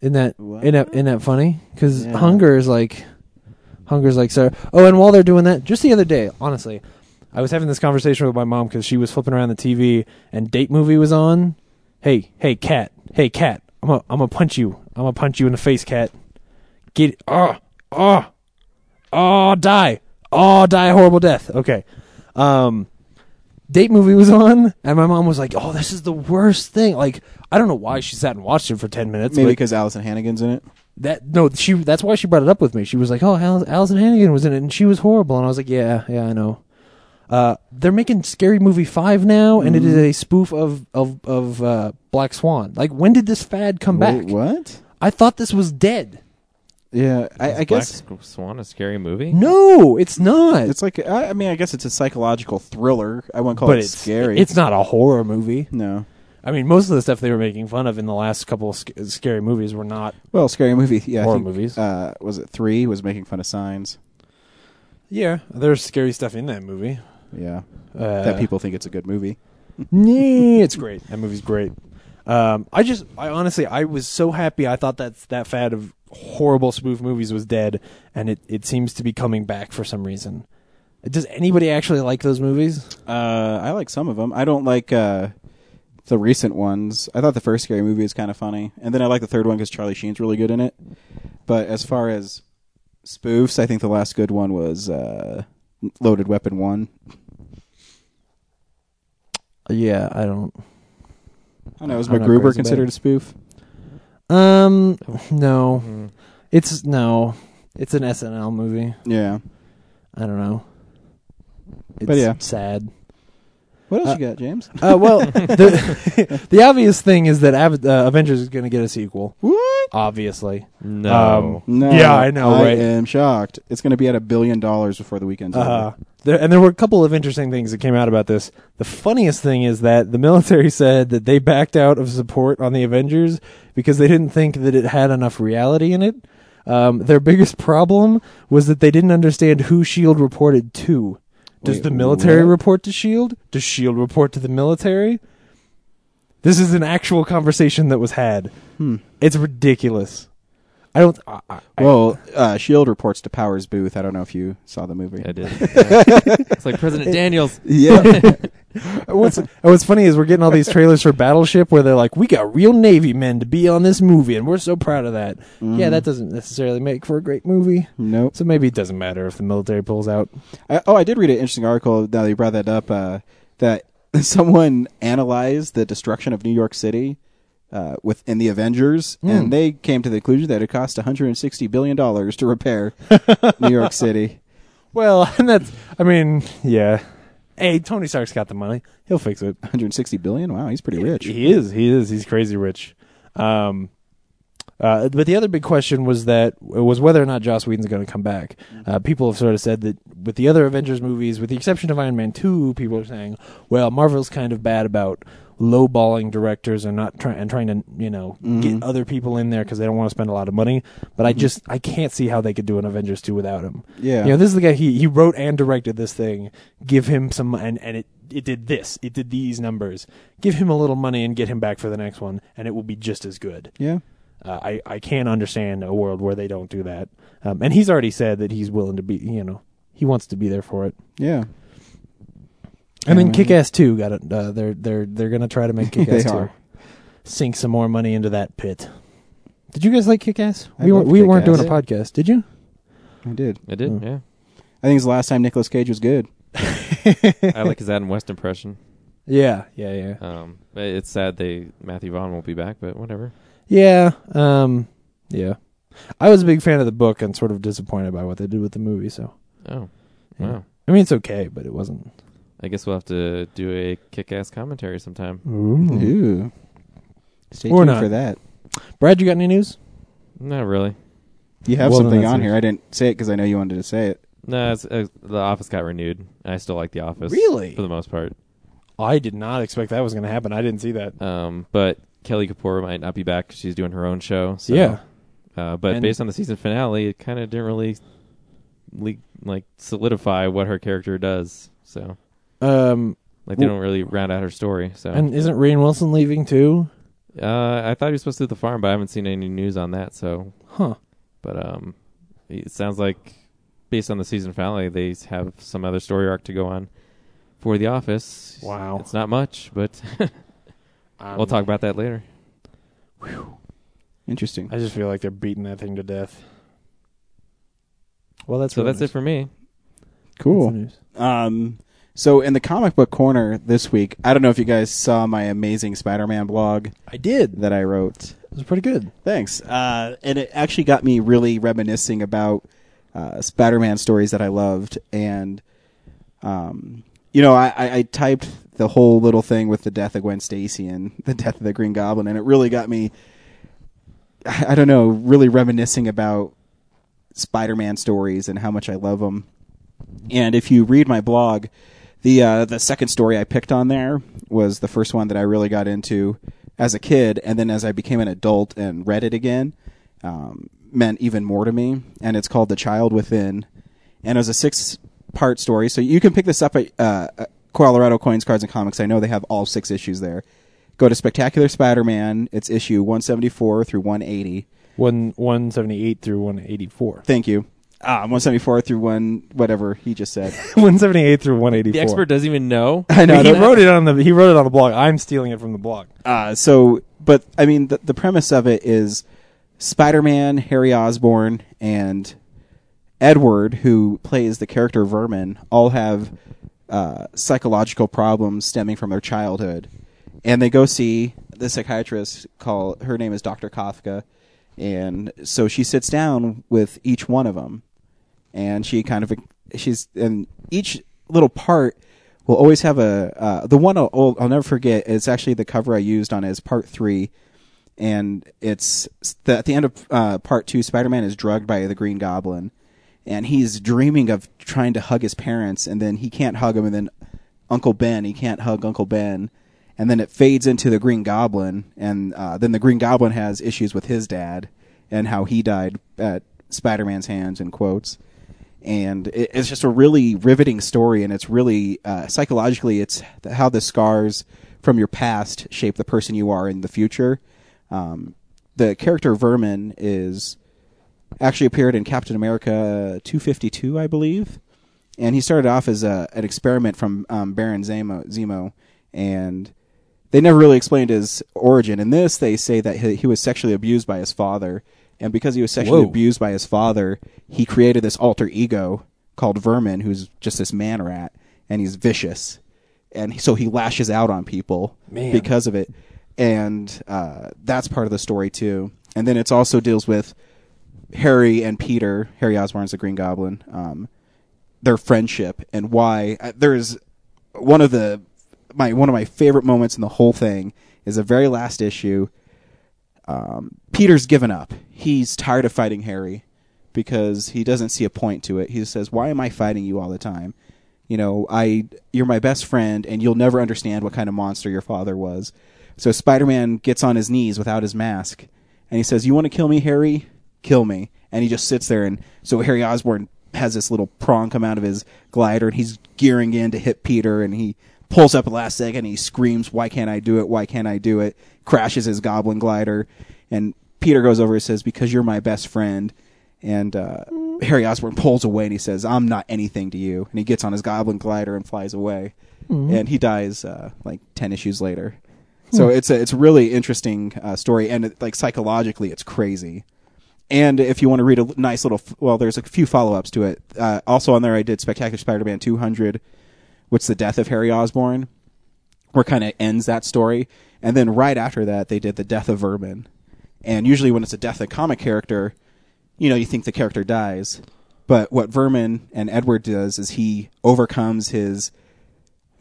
S5: Isn't that
S1: What?
S5: isn't that, isn't that funny? Because
S1: Yeah.
S5: hunger is like hunger is like sir. Oh, and while they're doing that, just the other day, honestly, I was having this conversation with my mom because she was flipping around the TV and Date Movie was on. Hey, hey, cat. Hey, cat. I'm a, I'm gonna punch you. I'm gonna punch you in the face, cat. Get it. Oh, oh, oh, die. Oh, die a horrible death. Okay. Um, date movie was on, and my mom was like, "Oh, this is the worst thing." Like, I don't know why she sat and watched it for ten minutes.
S1: maybe
S5: but-
S1: because Allison Hannigan's in it.
S5: that no she that's why she brought it up with me she was like oh Al- allison hannigan was in it and she was horrible and i was like yeah yeah i know uh, they're making scary movie 5 now and it
S1: Mm-hmm.
S5: is a spoof of of of uh, black swan like when did this fad come back
S1: Wait, what?
S5: i thought this was dead
S1: Yeah, I, I
S2: Black
S1: guess
S2: Sc- Swan, a scary movie.
S5: no it's not
S1: it's like I, I mean, I guess it's a psychological thriller. I wouldn't call
S5: but
S1: it
S5: it's
S1: scary.
S5: it's not a horror movie
S1: no.
S5: i mean most of the stuff they were making fun of in the last couple of sc- scary movies were not
S1: Well, scary movie. Yeah, I
S5: Horror
S1: think,
S5: movies.
S1: Uh, was it three? Was making fun of signs.
S5: yeah there's scary stuff in that movie
S1: Yeah,
S5: uh,
S1: that people think it's a good movie.
S5: Nah, it's great. That movie's great. Um, I just, I honestly, I was so happy. I thought that that fad of horrible spoof movies was dead, and it, it seems to be coming back for some reason. Does anybody actually like those movies?
S1: Uh, I like some of them. I don't like uh, the recent ones. I thought the first scary movie was kind of funny, and then I like the third one because Charlie Sheen's really good in it. But as far as spoofs, I think the last good one was uh, Loaded Weapon One.
S5: Yeah, I don't.
S1: I don't know. Was
S5: I'm not crazy about
S1: MacGruber
S5: it.
S1: considered a spoof?
S5: Um, no,
S2: Mm.
S5: it's no, it's an SNL movie.
S1: Yeah.
S5: I don't know. It's
S1: But yeah.
S5: sad.
S1: What else
S5: Uh,
S1: you got, James?
S5: Uh, well, the, the obvious thing is that Ava- uh, Avengers is going to get a sequel.
S1: What?
S5: Obviously.
S2: No.
S5: Um,
S1: No.
S5: Yeah, I know,
S1: I
S5: right?
S1: am shocked. It's going to be at a billion dollars before the weekend's
S5: Uh,
S1: over.
S5: there, and there were a couple of interesting things that came out about this. The funniest thing is that the military said that they backed out of support on the Avengers because they didn't think that it had enough reality in it. Um, their biggest problem was that they didn't understand who Shield E reported to. Does
S1: Wait,
S5: the military
S1: what?
S5: report to Shield? E Does Shield report to the military? This is an actual conversation that was had.
S1: Hmm.
S5: It's ridiculous. I don't. I, I-
S1: Well, uh, Shield reports to Powers Booth. I don't know if you saw the movie.
S2: I did. Yeah. it's like President Daniels.
S1: Yeah.
S5: what's and what's funny is we're getting all these trailers for Battleship where they're like, "We got real Navy men to be on this movie, and we're so proud of that."
S1: Mm-hmm.
S5: Yeah, that doesn't necessarily make for a great movie.
S1: nope.
S5: So maybe it doesn't matter if the military pulls out.
S1: I, oh, I did read an interesting article. Now that you brought that up, uh, that someone analyzed the destruction of New York City uh, within the Avengers,
S5: Hmm.
S1: and they came to the conclusion that it cost 160 billion dollars to repair New York City.
S5: Well, and that's I mean, yeah. Hey, Tony Stark's got the money. He'll fix it.
S1: 160 billion. Wow, he's pretty rich.
S5: He is. He is. He's crazy rich. Um, uh, but the other big question was that was whether or not Joss Whedon's going to come back. Uh, people have sort of said that with the other Avengers movies, with the exception of Iron Man two, people are saying, well, Marvel's kind of bad about lowballing directors and not trying and trying to you know
S1: Mm-hmm.
S5: get other people in there because they don't want to spend a lot of money. But I just I can't see how they could do an Avengers two without him.
S1: Yeah.
S5: You know, this is the guy he he wrote and directed this thing. Give him some and and it it did this. It did these numbers. Give him a little money and get him back for the next one and it will be just as good.
S1: Yeah.
S5: Uh, I I can't understand a world where they don't do that. Um, and he's already said that he's willing to be, you know, he wants to be there for it.
S1: Yeah.
S5: And then
S1: Yeah.
S5: Kick Ass 2 got it. Uh, they're they're they're going to try to make Kick Ass
S1: They
S5: 2.
S1: are.
S5: sink some more money into that pit. Did you guys like Kick Ass?
S1: I
S5: We, were,
S1: loved
S5: we weren't
S1: Kick-Ass.
S5: doing a podcast, did you?
S1: I did.
S2: I did, yeah.
S5: Mm.
S1: I think it's the last time Nicolas Cage was good.
S2: I like his Adam West impression.
S5: Yeah, yeah, yeah.
S2: Um, but it's sad they Matthew Vaughn won't be back, but whatever.
S5: Yeah, um, yeah. I was a big fan of the book and sort of disappointed by what they did with the movie. So,
S2: Oh,
S5: Yeah.
S2: wow.
S5: I mean, it's okay, but it wasn't.
S2: I guess we'll have to do a kick-ass commentary sometime.
S1: Ooh. Stay
S5: Hmm. Or
S1: tuned
S5: not.
S1: for that.
S5: Brad, you got any news?
S2: Not really.
S1: You have
S5: Well, then
S1: something
S5: that's
S1: on
S5: it.
S1: here. I didn't say it because I know you wanted to say it.
S2: No, it's, uh, the Office got renewed. I still like the Office.
S5: Really?
S2: For the most part.
S5: I did not expect that was going to happen. I didn't see that.
S2: Um, but Kelly Kapoor might not be back. 'cause She's doing her own show. So,
S5: yeah,
S2: Uh, but
S5: And-
S2: based on the season finale, it kind of didn't really le- like solidify what her character does. So
S5: um,
S2: like they
S5: Well-
S2: don't really round out her story. So
S5: and isn't Rain Wilson leaving too?
S2: uh, I thought he was supposed to do the farm, but I haven't seen any news on that. So
S5: Huh.
S2: But um, it sounds like based on the season finale, they have some other story arc to go on for The Office.
S5: Wow.
S2: it's not much, but we'll talk
S5: um,
S2: about that later.
S1: Interesting.
S5: I just feel like they're beating that thing to death. Well, that's
S2: so that's it for me.
S1: Cool. Um, so in the comic book corner this week, I don't know if you guys saw my amazing Spider-Man blog
S5: I did.
S1: that I wrote.
S5: It was pretty good.
S1: Thanks. Uh, and it actually got me really reminiscing about uh, Spider Man stories that I loved. And, um, you know, I, I, I typed the whole little thing with the death of Gwen Stacy and the death of the Green Goblin, and it really got me, I I don't know, really reminiscing about Spider Man stories and how much I love them. And if you read my blog, the uh, the second story I picked on there was the first one that I really got into as a kid, and then as I became an adult and read it again, um, meant even more to me. And it's called "The Child Within," and it was a six part story. So you can pick this up at uh, uh, Colorado Coins, Cards, and Comics. I know they have all six issues there. Go to Spectacular Spider-Man. It's issue 174 through 180.
S5: One one seventy eight through one eighty four.
S1: Thank you. Ah, 174 through one whatever he just said.
S5: one seventy eight through one eighty
S2: The
S5: four.
S2: expert doesn't even know.
S1: I know.
S5: he
S1: that-
S5: wrote it on the he wrote it on the blog. I'm stealing it from the blog.
S1: Uh, so, but I mean, the, the premise of it is Spider-Man, Harry Osborn, and Edward, who plays the character Vermin, all have uh, psychological problems stemming from their childhood, and they go see the psychiatrist. Call her name is Dr. Kafka, and so she sits down with each one of them, and she kind of she's and each little part will always have a uh, the one I'll, I'll never forget. It's actually the cover I used on it is part three, and it's the, at the end of uh, part two. Spider Man is drugged by the Green Goblin, and he's dreaming of trying to hug his parents, and then he can't hug him, and then Uncle Ben he can't hug Uncle Ben. And then it fades into the Green Goblin, and uh, then the Green Goblin has issues with his dad and how he died at Spider Man's hands, in quotes and it, it's just a really riveting story and it's really uh, psychologically it's th- how the scars from your past shape the person you are in the future um, the character vermin is actually appeared in captain america 252 i believe and he started off as a, an experiment from um, baron zemo, zemo and they never really explained his origin. In this, they say that he, he was sexually abused by his father, and because he was sexually
S5: Whoa.
S1: abused by his father, he created this alter ego called Vermin, who's just this man rat, and he's vicious, and so he lashes out on people
S5: Man.
S1: because of it, and uh, that's part of the story too. And then it's also deals with Harry and Peter. Harry Osborn's the Green Goblin. Um, their friendship and why uh, there's one of the my one of my favorite moments in the whole thing is the very last issue. Um, Peter's given up. He's tired of fighting Harry because he doesn't see a point to it. He says, "Why am I fighting you all the time? You know, I you're my best friend, and you'll never understand what kind of monster your father was." So Spider-Man gets on his knees without his mask, and he says, "You want to kill me, Harry? Kill me." And he just sits there, and so Harry Osborn has this little prong come out of his glider, and he's gearing in to hit Peter, and he pulls up at the last second, and he screams, "Why can't I do it? Why can't I do it?" Crashes his goblin glider, and Peter goes over and says, "Because you're my best friend." And uh, Harry Osborn pulls away, and he says, "I'm not anything to you." And he gets on his goblin glider and flies away, and he dies uh, like ten issues later. So it's a it's really interesting uh, story, and it, like psychologically, it's crazy. And if you want to read a l- nice little, f- well, there's a few follow ups to it. Uh, also on there, I did Spectacular Spider-Man 200, which is the death of Harry Osborn, where kind of ends that story. And then right after that, they did the death of Vermin. And usually, when it's a death of comic character, you know, you think the character dies. But what Vermin and Edward does is he overcomes his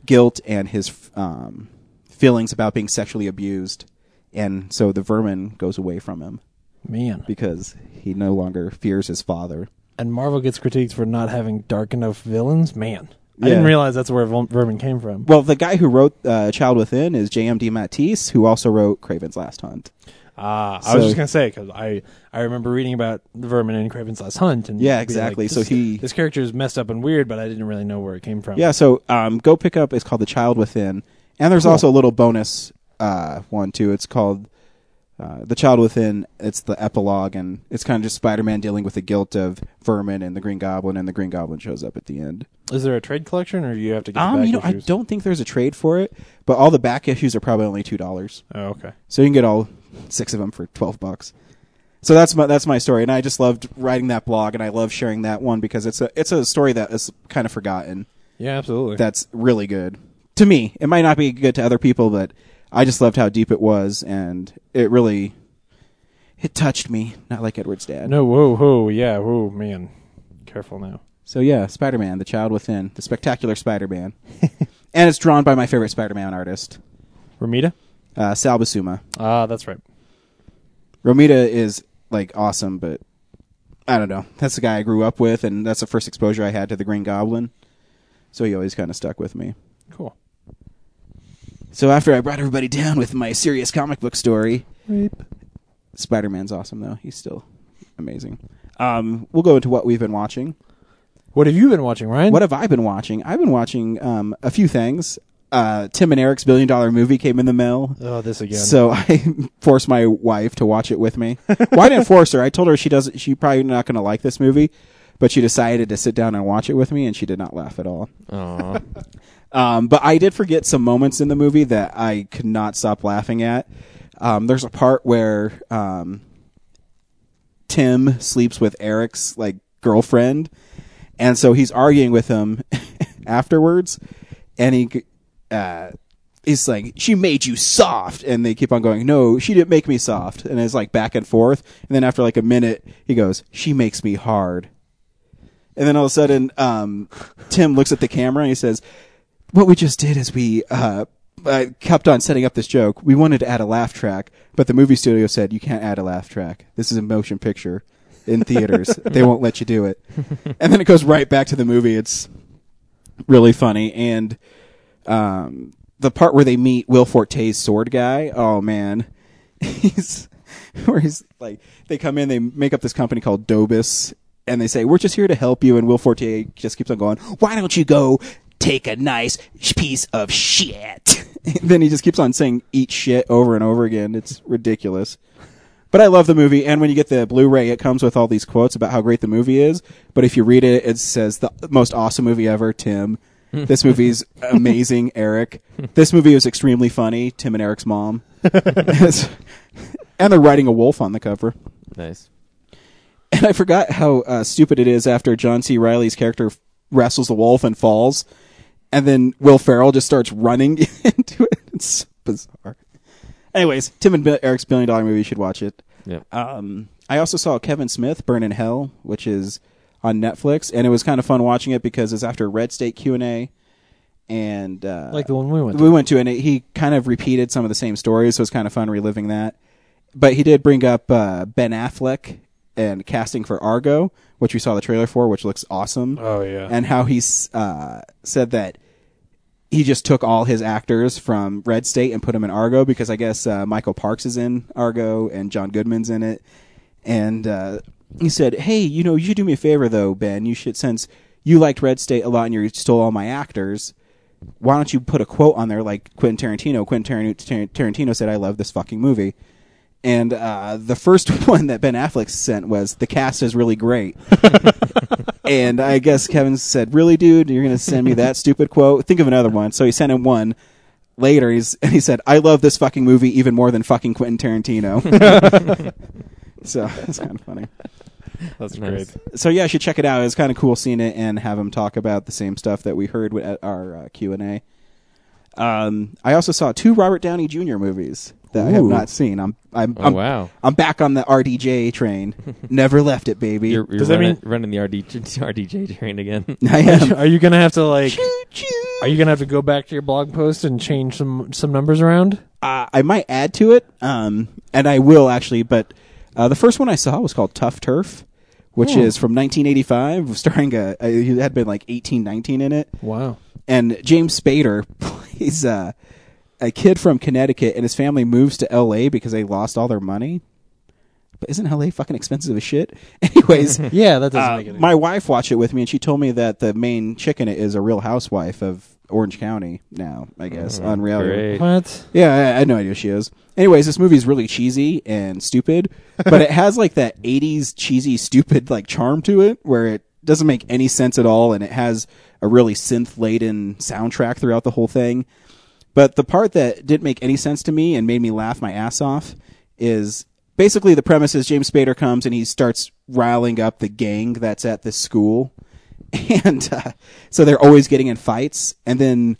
S1: guilt and his um, feelings about being sexually abused, and so the vermin goes away from him
S5: Man.
S1: because he no longer fears his father.
S5: And Marvel gets critiqued for not having dark enough villains. Man. I didn't
S1: Yeah.
S5: realize that's where Vol- Vermin came from.
S1: Well, the guy who wrote uh, Child Within is J.M.D. Matisse, who also wrote Craven's Last Hunt.
S5: Ah, I was
S1: So-
S5: just gonna say because I I remember reading about Vermin and Craven's Last Hunt and
S1: Yeah,
S5: being
S1: exactly.
S5: this-
S1: So he-
S5: this character is messed up and weird, but I didn't really know where it came from.
S1: Yeah, so um, go pick up. It's called The Child Within, and there's also a little bonus uh, one too. It's called uh, The Child Within. It's the epilogue, and it's kind of just Spider-Man dealing with the guilt of Vermin and the Green Goblin, and the Green Goblin shows up at the end.
S5: is there a trade collection or do you have to get the
S1: Um,
S5: back
S1: you know, I
S5: issues?
S1: don't think there's a trade for it, but all the back issues are probably only two dollars,
S5: Oh, okay.
S1: so you can get all six of them for twelve bucks. So that's my that's my story, and I just loved writing that blog, and I love sharing that one because it's a it's a story that is kind of forgotten.
S5: Yeah, absolutely.
S1: That's really good to me. It might not be good to other people, but I just loved how deep it was, and it really it touched me, not like Edward's dad.
S5: no, whoa, whoa, yeah, whoa, man, careful now.
S1: So yeah, Spider-Man: The Child Within, the spectacular Spider-Man, and it's drawn by my favorite Spider-Man artist,
S5: Ramita.
S1: uh, Sal Buscema.
S5: Ah, that's right.
S1: Romita is like awesome, but I don't know. That's the guy I grew up with, and that's the first exposure I had to the Green Goblin. So he always kind of stuck with me.
S5: Cool.
S1: So after I brought everybody down with my serious comic book story, Spider Man's awesome though. He's still amazing. Um, we'll go into what we've been watching.
S5: What have you been watching, Ryan?
S1: What have I been watching? I've been watching um, a few things. Uh, Tim and Eric's billion dollar movie came in the mail.
S5: oh, this again.
S1: So I forced my wife to watch it with me. Well, I didn't force her. I told her she doesn't. She probably not going to like this movie, but she decided to sit down and watch it with me, and she did not laugh at all.
S2: Aw.
S1: Um, but I did forget some moments in the movie that I could not stop laughing at. Um, there's a part where um, Tim sleeps with Eric's like girlfriend, and so he's arguing with him afterwards, and he uh, is like, "She made you soft," and they keep on going, "No, she didn't make me soft," and it's like back and forth, and then after like a minute, he goes, "She makes me hard." And then all of a sudden, um, Tim looks at the camera and he says, "What we just did is we uh, uh, kept on setting up this joke. We wanted to add a laugh track, but the movie studio said you can't add a laugh track. This is a motion picture in theaters. they won't let you do it." And then it goes right back to the movie. It's really funny and um, the part where they meet Will Forte's sword guy. Oh man, he's where he's like they come in, they make up this company called Dobis, and they say we're just here to help you. And Will Forte just keeps on going. Why don't you go take a nice sh- piece of shit? then he just keeps on saying eat shit over and over again. It's ridiculous. But I love the movie, and when you get the Blu-ray, it comes with all these quotes about how great the movie is. But if you read it, it says the most awesome movie ever, Tim. This movie's amazing, Eric. This movie was extremely funny, Tim and Eric's mom. and they're riding a wolf on the cover.
S2: nice.
S1: And I forgot how uh, stupid it is after John C. Riley's character wrestles the wolf and falls, and then Will Ferrell just starts running into it. It's so bizarre. Anyways, Tim and Bi- Eric's Billion Dollar Movie, you should watch it.
S2: Yep.
S1: Um, I also saw Kevin Smith Burn in Hell, which is on Netflix, and it was kind of fun watching it because it's after Red State Q and A, and uh,
S5: like the one we went.
S1: we
S5: to.
S1: went to, and it, he kind of repeated some of the same stories, so it's kind of fun reliving that. But he did bring up uh, Ben Affleck and casting for Argo, which we saw the trailer for, which looks awesome.
S5: Oh yeah.
S1: And how he s- uh, said that he just took all his actors from Red State and put them in Argo because I guess uh, Michael Parks is in Argo and John Goodman's in it. And uh, he said, "Hey, you know, you should do me a favor though, Ben. You should since you liked Red State a lot and you stole all my actors." why don't you put a quote on there like Quentin Tarantino? Quentin Taran- Tar- Tarantino said, "I love this fucking movie." And uh, the first one that Ben Affleck sent was, "The cast is really great." and I guess Kevin said, "Really, dude, you're gonna send me that stupid quote? Think of another one." So he sent him one. later, he's and he said, "I love this fucking movie even more than fucking Quentin Tarantino." so it's kind of funny.
S3: That's
S2: Nice.
S3: great.
S1: So yeah, you should check it out. It's kind of cool seeing it and have him talk about the same stuff that we heard at our uh, Q and A. Um, I also saw two Robert Downey Jr. movies that I have
S5: Ooh.
S1: not seen. I'm I'm,
S2: Oh
S1: I'm
S2: wow!
S1: I'm back on the RDJ train. Never left it, baby.
S2: You're, you're
S5: Does that
S2: running, running the RD, RDJ train again?
S1: I am.
S5: Are you gonna have to like?
S1: Choo-choo.
S5: Are you gonna have to go back to your blog post and change some some numbers around?
S1: uh, I might add to it, um, and I will actually. But uh, the first one I saw was called Tough Turf, which is from 1985, starring a, a it had been like 18, 19 in it,
S5: Wow.
S1: and James Spader plays uh, a kid from Connecticut, and his family moves to L.A. because they lost all their money. But isn't L.A. fucking expensive as shit? Anyways,
S5: Yeah, that doesn't
S1: Uh,
S5: make it.
S1: my wife watched it with me, and she told me that the main chicken is a real housewife of Orange County now. I guess on reality.
S2: Great.
S5: what?
S1: Yeah, I, I had no idea she is. Anyways, this movie's really cheesy and stupid, but it has like that '80s cheesy, stupid like charm to it, where it doesn't make any sense at all, and it has a really synth-laden soundtrack throughout the whole thing. But the part that didn't make any sense to me and made me laugh my ass off is basically the premise is James Spader comes and he starts riling up the gang that's at this school, and uh, so they're always getting in fights, and then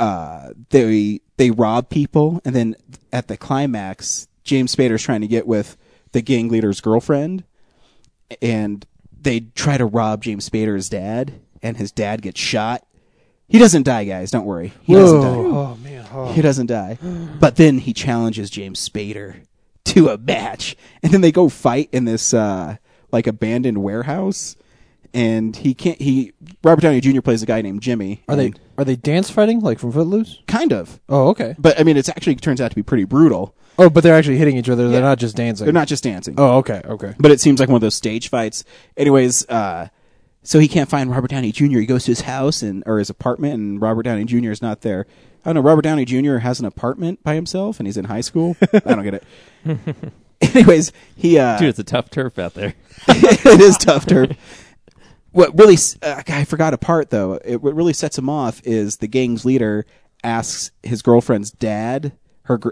S1: uh, they they rob people, and then at the climax, James Spader's trying to get with the gang leader's girlfriend, and they try to rob James Spader's dad, and his dad gets shot. He doesn't die, guys. Don't worry. He doesn't die.
S5: Oh man. Oh.
S1: He doesn't die. But then he challenges James Spader to a match, and then they go fight in this uh, like abandoned warehouse. And he can't. He Robert Downey Jr. plays a guy named Jimmy.
S5: Are they
S1: and-
S5: are they dance fighting like from Footloose?
S1: kind of?
S5: Oh okay.
S1: But I mean, it's actually turns out to be pretty brutal.
S5: Oh, but they're actually hitting each other. They're not just dancing.
S1: They're not just dancing.
S5: Oh okay okay.
S1: But it seems like one of those stage fights. Anyways, uh, so he can't find Robert Downey Jr. He goes to his house and or his apartment, and Robert Downey Jr. is not there. I don't know. Robert Downey Jr. has an apartment by himself, and he's in high school. I don't get it. Anyways, he uh,
S2: Dude, it's a tough turf out there.
S1: it is tough turf. What really, s- uh, I forgot a part though. It, what really sets him off is the gang's leader asks his girlfriend's dad, her gr-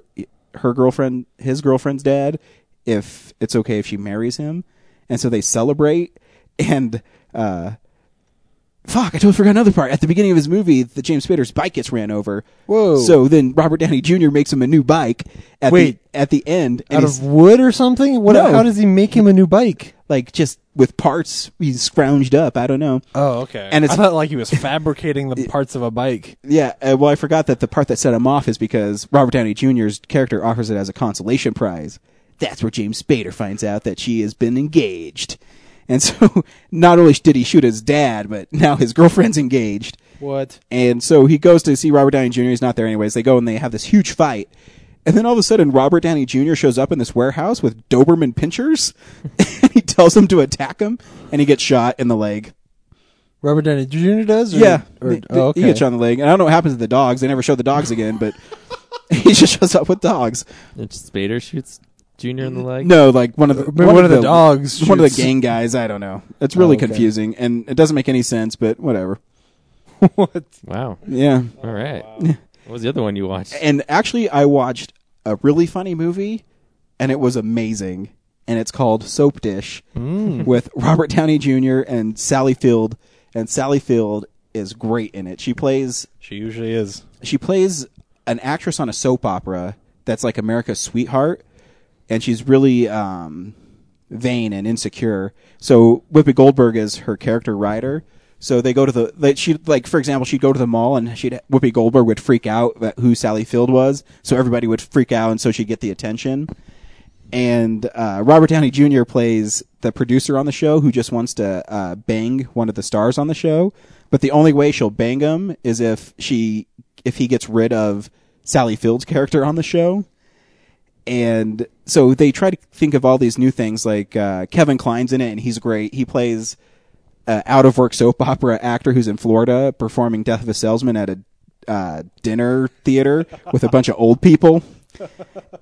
S1: her girlfriend, his girlfriend's dad, if it's okay if she marries him, and so they celebrate. And uh, fuck, I totally forgot another part. At the beginning of his movie, the James Spader's bike gets ran over.
S5: Whoa.
S1: So then Robert Downey Jr. makes him a new bike. At
S5: Wait.
S1: the, at the end, and
S5: Out
S1: he's-
S5: of wood or something? What?
S1: No.
S5: How does he make him a new bike?
S1: like just with parts he's scrounged up. I don't know.
S5: Oh okay.
S1: And it's-
S5: I thought like he was fabricating the parts of a bike.
S1: Yeah, uh, well, I forgot that the part that set him off is because Robert Downey Jr.'s character offers it as a consolation prize. That's where James Spader finds out that she has been engaged. And so, not only did he shoot his dad, but now his girlfriend's engaged.
S5: What?
S1: And so he goes to see Robert Downey Jr. He's not there anyways. They go and they have this huge fight. And then all of a sudden, Robert Downey Jr. shows up in this warehouse with Doberman pinchers. and he tells him to attack him, and he gets shot in the leg.
S5: Robert Downey Jr. does? Or,
S1: Yeah,
S5: Or,
S1: they- they-
S5: oh, okay.
S1: he gets you on the leg, and I don't know what happens to the dogs. They never show the dogs again, but he just shows up with dogs.
S2: It's Spader shoots Junior in the leg.
S1: No, like one of the
S5: Maybe one of the dogs
S1: one of the
S5: shoots-
S1: gang guys. I don't know. It's really
S5: Oh, okay.
S1: confusing, and it doesn't make any sense. But whatever.
S5: what?
S2: Wow.
S1: Yeah,
S2: All right. What was the other one you watched?
S1: and actually, I watched a really funny movie, and it was amazing. And it's called Soap Dish
S5: Mm.
S1: with Robert Downey Jr. and Sally Field, and Sally Field is great in it. She plays
S5: She usually is.
S1: she plays an actress on a soap opera that's like America's sweetheart, and she's really um, vain and insecure. So Whoopi Goldberg is her character writer. So they go to the they, she like for example she'd go to the mall and she'd Whoopi Goldberg would freak out that who Sally Field was, so everybody would freak out and so she'd get the attention. And uh, Robert Downey Jr. plays the producer on the show who just wants to uh, bang one of the stars on the show, but the only way she'll bang him is if she if he gets rid of Sally Field's character on the show and so they try to think of all these new things like uh, kevin klein's in it and he's great he plays an out of work soap opera actor who's in florida performing death of a salesman at a uh, dinner theater with a bunch of old people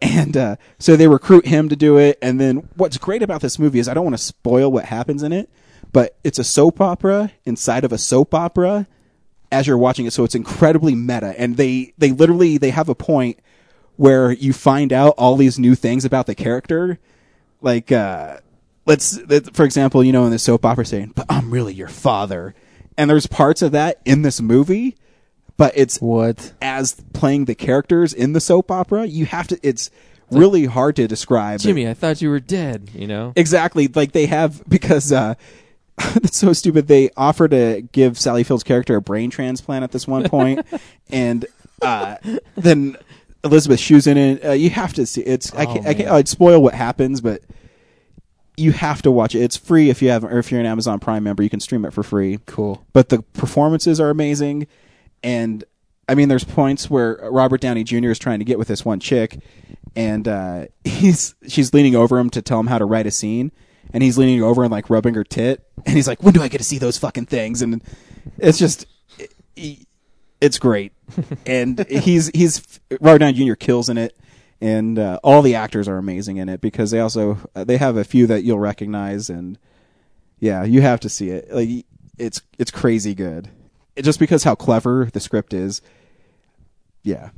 S1: and uh, so they recruit him to do it and then what's great about this movie is i don't want to spoil what happens in it but it's a soap opera inside of a soap opera as you're watching it. So it's incredibly meta, and they they literally they have a point where you find out all these new things about the character. Like, uh, let's that- for example, you know, in the soap opera saying, "But I'm really your father," and there's parts of that in this movie, but it's
S5: What?
S1: as playing the characters in the soap opera. You have to. It's really hard to describe.
S2: Jimmy, I thought you were dead. You know,
S1: Exactly. Like they have because uh that's so stupid. They offer to give Sally Field's character a brain transplant at this one point, and uh, then Elizabeth shoes in it. Uh, you have to see it's. I can't. I can't I'd spoil what happens, but you have to watch it. It's free if you have, or if you're an Amazon Prime member, you can stream it for free.
S5: Cool.
S1: But the performances are amazing, and I mean, there's points where Robert Downey Jr. is trying to get with this one chick, and uh, he's she's leaning over him to tell him how to write a scene, and he's leaning over and like rubbing her tit, and he's like, "When do I get to see those fucking things?" And it's just. It, it's great, and he's he's Robert Downey Jr. kills in it, and uh, all the actors are amazing in it because they also uh, they have a few that you'll recognize, and yeah, you have to see it. Like it's it's crazy good, It- just because how clever the script is. Yeah,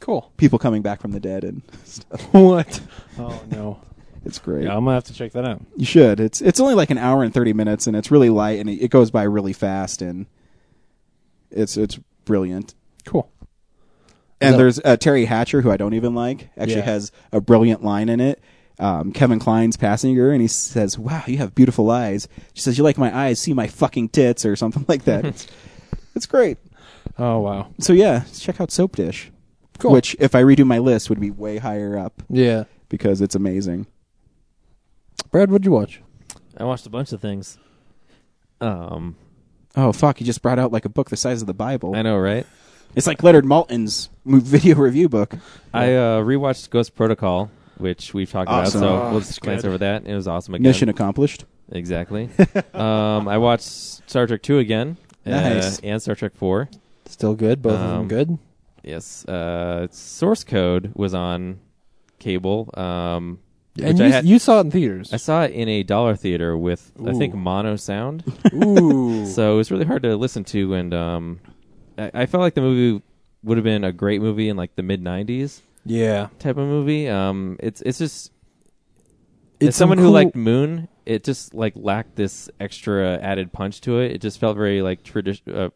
S5: Cool.
S1: people coming back from the dead, and
S5: what? Oh no.
S1: it's great.
S5: Yeah, I'm gonna have to check that out.
S1: You should. It's it's only like an hour and thirty minutes, and it's really light, and it, it goes by really fast, and it's it's brilliant.
S5: Cool.
S1: And
S5: No.
S1: there's uh, Terry Hatcher, who I don't even like, actually
S5: Yeah.
S1: has a brilliant line in it. Um, Kevin Klein's passing her, and he says, "Wow, you have beautiful eyes." She says, "You like my eyes? See my fucking tits, or something like that." it's, it's great.
S5: Oh wow.
S1: So yeah, check out Soap Dish,
S5: Cool.
S1: which if I redo my list would be way higher up
S5: Yeah.
S1: because it's amazing.
S5: Brad, what'd you watch?
S2: I watched a bunch of things. Um,
S1: Oh fuck! You just brought out like a book the size of the Bible.
S2: I know, right?
S1: It's like Leonard Maltin's mo- video review book.
S2: I uh, rewatched Ghost Protocol, which we've talked
S1: Awesome.
S2: about, so
S1: Oh,
S2: we'll just glance over that. It was awesome again.
S1: Mission accomplished.
S2: Exactly. um, I watched Star Trek Two again. uh,
S1: Nice.
S2: and Star Trek Four.
S5: Still good. Both of
S2: Um,
S5: them good.
S2: Yes. Uh, Source Code was on cable. Um,
S5: and
S2: which
S5: you,
S2: I had.
S5: you saw it in theaters.
S2: I saw it in a dollar theater with I think mono sound,
S5: Ooh.
S2: so it was really hard to listen to, and um, I, I felt like the movie would have been a great movie in like the mid '90s
S5: yeah.
S2: type of movie. Um, it's it's just
S5: It's
S2: as someone
S5: some
S2: who
S5: cool-
S2: liked Moon, it just like lacked this extra added punch to it. It just felt very like tradition, uh,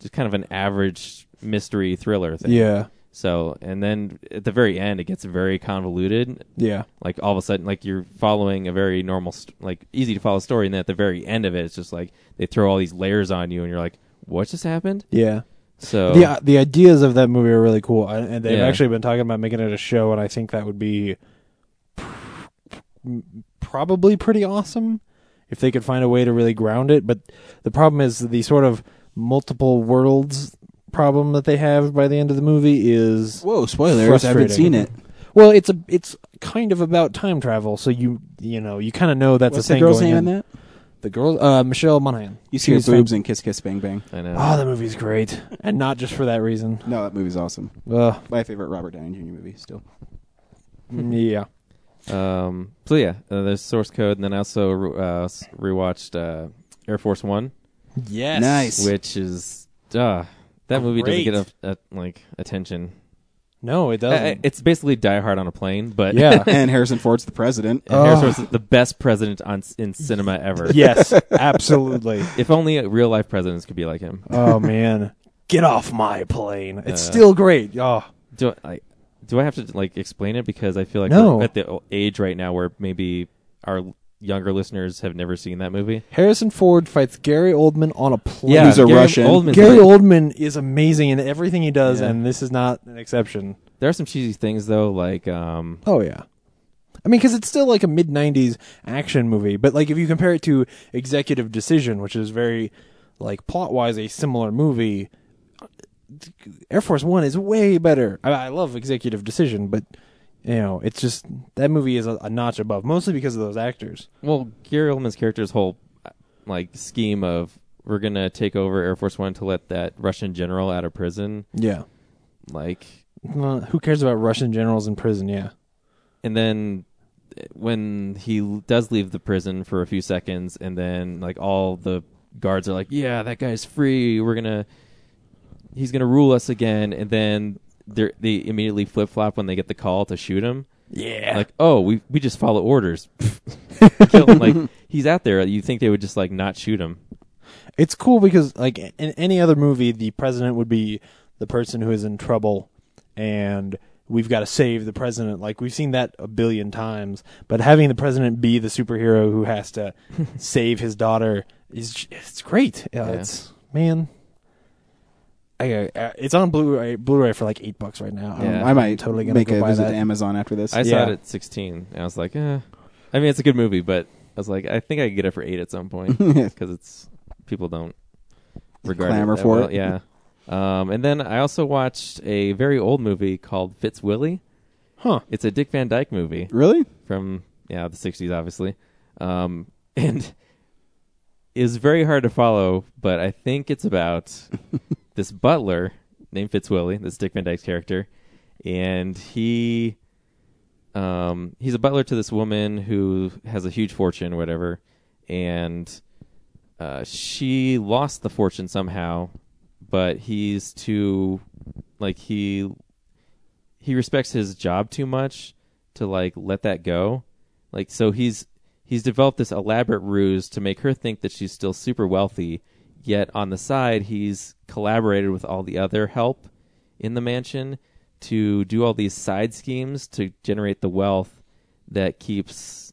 S2: just kind of an average mystery thriller thing.
S5: Yeah.
S2: So, and then at the very end, it gets very convoluted.
S5: Yeah.
S2: Like all of a sudden, like you're following a very normal, st- like easy to follow story, and then at the very end of it, it's just like they throw all these layers on you, and you're like, "What just happened?"
S5: Yeah.
S2: So
S5: The uh, the ideas of that movie are really cool, I, and they've
S2: Yeah.
S5: actually been talking about making it a show, and I think that would be pr- probably pretty awesome if they could find a way to really ground it. But the problem is the sort of multiple worlds problem that they have by the end of the movie is
S1: Whoa, spoilers! I
S5: Frustrating.
S1: haven't seen it.
S5: well, it's a it's kind of about time travel, so you you know you kind of know that's
S1: What's
S5: a
S1: the
S5: thing.
S1: girl's
S5: going
S1: name
S5: in.
S1: in that?
S5: The girl, uh, Michelle Monaghan.
S1: You see
S5: She's
S1: her boobs
S5: fan-
S1: in Kiss Kiss Bang Bang.
S2: I know.
S5: Oh, that movie's great, and not just for that reason.
S1: No, that movie's awesome.
S5: Ugh,
S1: My favorite Robert Downey Jr. movie still.
S5: yeah.
S2: Um, so yeah, uh, there's source code, and then I also re- uh, s- rewatched uh, Air Force One,
S5: Yes.
S1: Nice.
S2: which is uh, that movie doesn't
S5: Great.
S2: get a, a, like attention.
S5: No, it
S1: Oh.
S5: doesn't.
S2: I- I- it's basically Die Hard on a plane, but
S5: yeah.
S1: and Harrison Ford's the president.
S5: Oh,
S2: And Harrison Ford is the best president on s- in cinema ever.
S5: yes, absolutely.
S2: If only real life presidents could be like him.
S5: Oh man, get off my plane. It's
S2: Uh,
S5: still great. Oh,
S2: Do I, like, do I have to like explain it because I feel like
S5: No.
S2: we're at the o- age right now where maybe our l- younger listeners have never seen that movie.
S5: Harrison Ford fights Gary Oldman on a plane.
S1: Yeah. Who's a
S2: Gary
S1: Russian.
S2: Oldman's in
S5: Gary
S2: it.
S5: Oldman is amazing in everything he does,
S2: Yeah.
S5: and this is not an exception.
S2: There are some cheesy things though, like um,
S5: Oh yeah. I mean, because it's still like a mid '90s action movie, but like if you compare it to Executive Decision, which is very, like plot-wise, a similar movie, Air Force One is way better. I, I love Executive Decision, but you know, it's just that movie is a, a notch above, mostly because of those actors.
S2: Well, Gary Oldman's character's whole uh, like scheme of we're gonna take over Air Force One to let that Russian general out of prison,
S5: Yeah.
S2: like,
S5: Well, who cares about Russian generals in prison? Yeah.
S2: and then uh, when he l- does leave the prison for a few seconds, and then like all the guards are like, "Yeah, that guy's free. We're gonna, he's gonna rule us again." And then they they immediately flip flop when they get the call to shoot him.
S5: Yeah.
S2: Like, oh, we we just follow orders. Kill him. Like he's out there. You think they would just like not shoot him?
S5: it's cool because like in any other movie the president would be the person who is in trouble and we've got to save the president like we've seen that a billion times but having the president be the superhero who has to save his daughter is j- it's great yeah, it's man I, I, it's on Blu-ray, Blu-ray for like eight bucks right now. I'm-
S2: Yeah.
S1: Um, I might
S5: Totally gonna
S1: make
S5: go
S1: a
S5: buy
S1: visit
S5: that.
S1: to Amazon after this.
S2: I saw
S5: Yeah.
S2: it at 16. And I was like, eh. I mean, it's a good movie, but I was like, I think I could get it for eight at some point because it's people don't regard
S1: Clamor
S2: it that
S1: for
S2: well.
S1: it.
S2: Yeah. Um, and then I also watched a very old movie called Fitzwillie.
S5: Huh.
S2: It's a Dick Van Dyke movie
S1: really?
S2: from yeah the 60s, obviously, um, and is very hard to follow. But I think it's about this butler named Fitzwillie, this Dick Van Dyke's character, and he um, he's a butler to this woman who has a huge fortune, whatever, and uh, she lost the fortune somehow, but he's too like he he respects his job too much to like let that go. Like so he's he's developed this elaborate ruse to make her think that she's still super wealthy, yet on the side he's collaborated with all the other help in the mansion to do all these side schemes to generate the wealth that keeps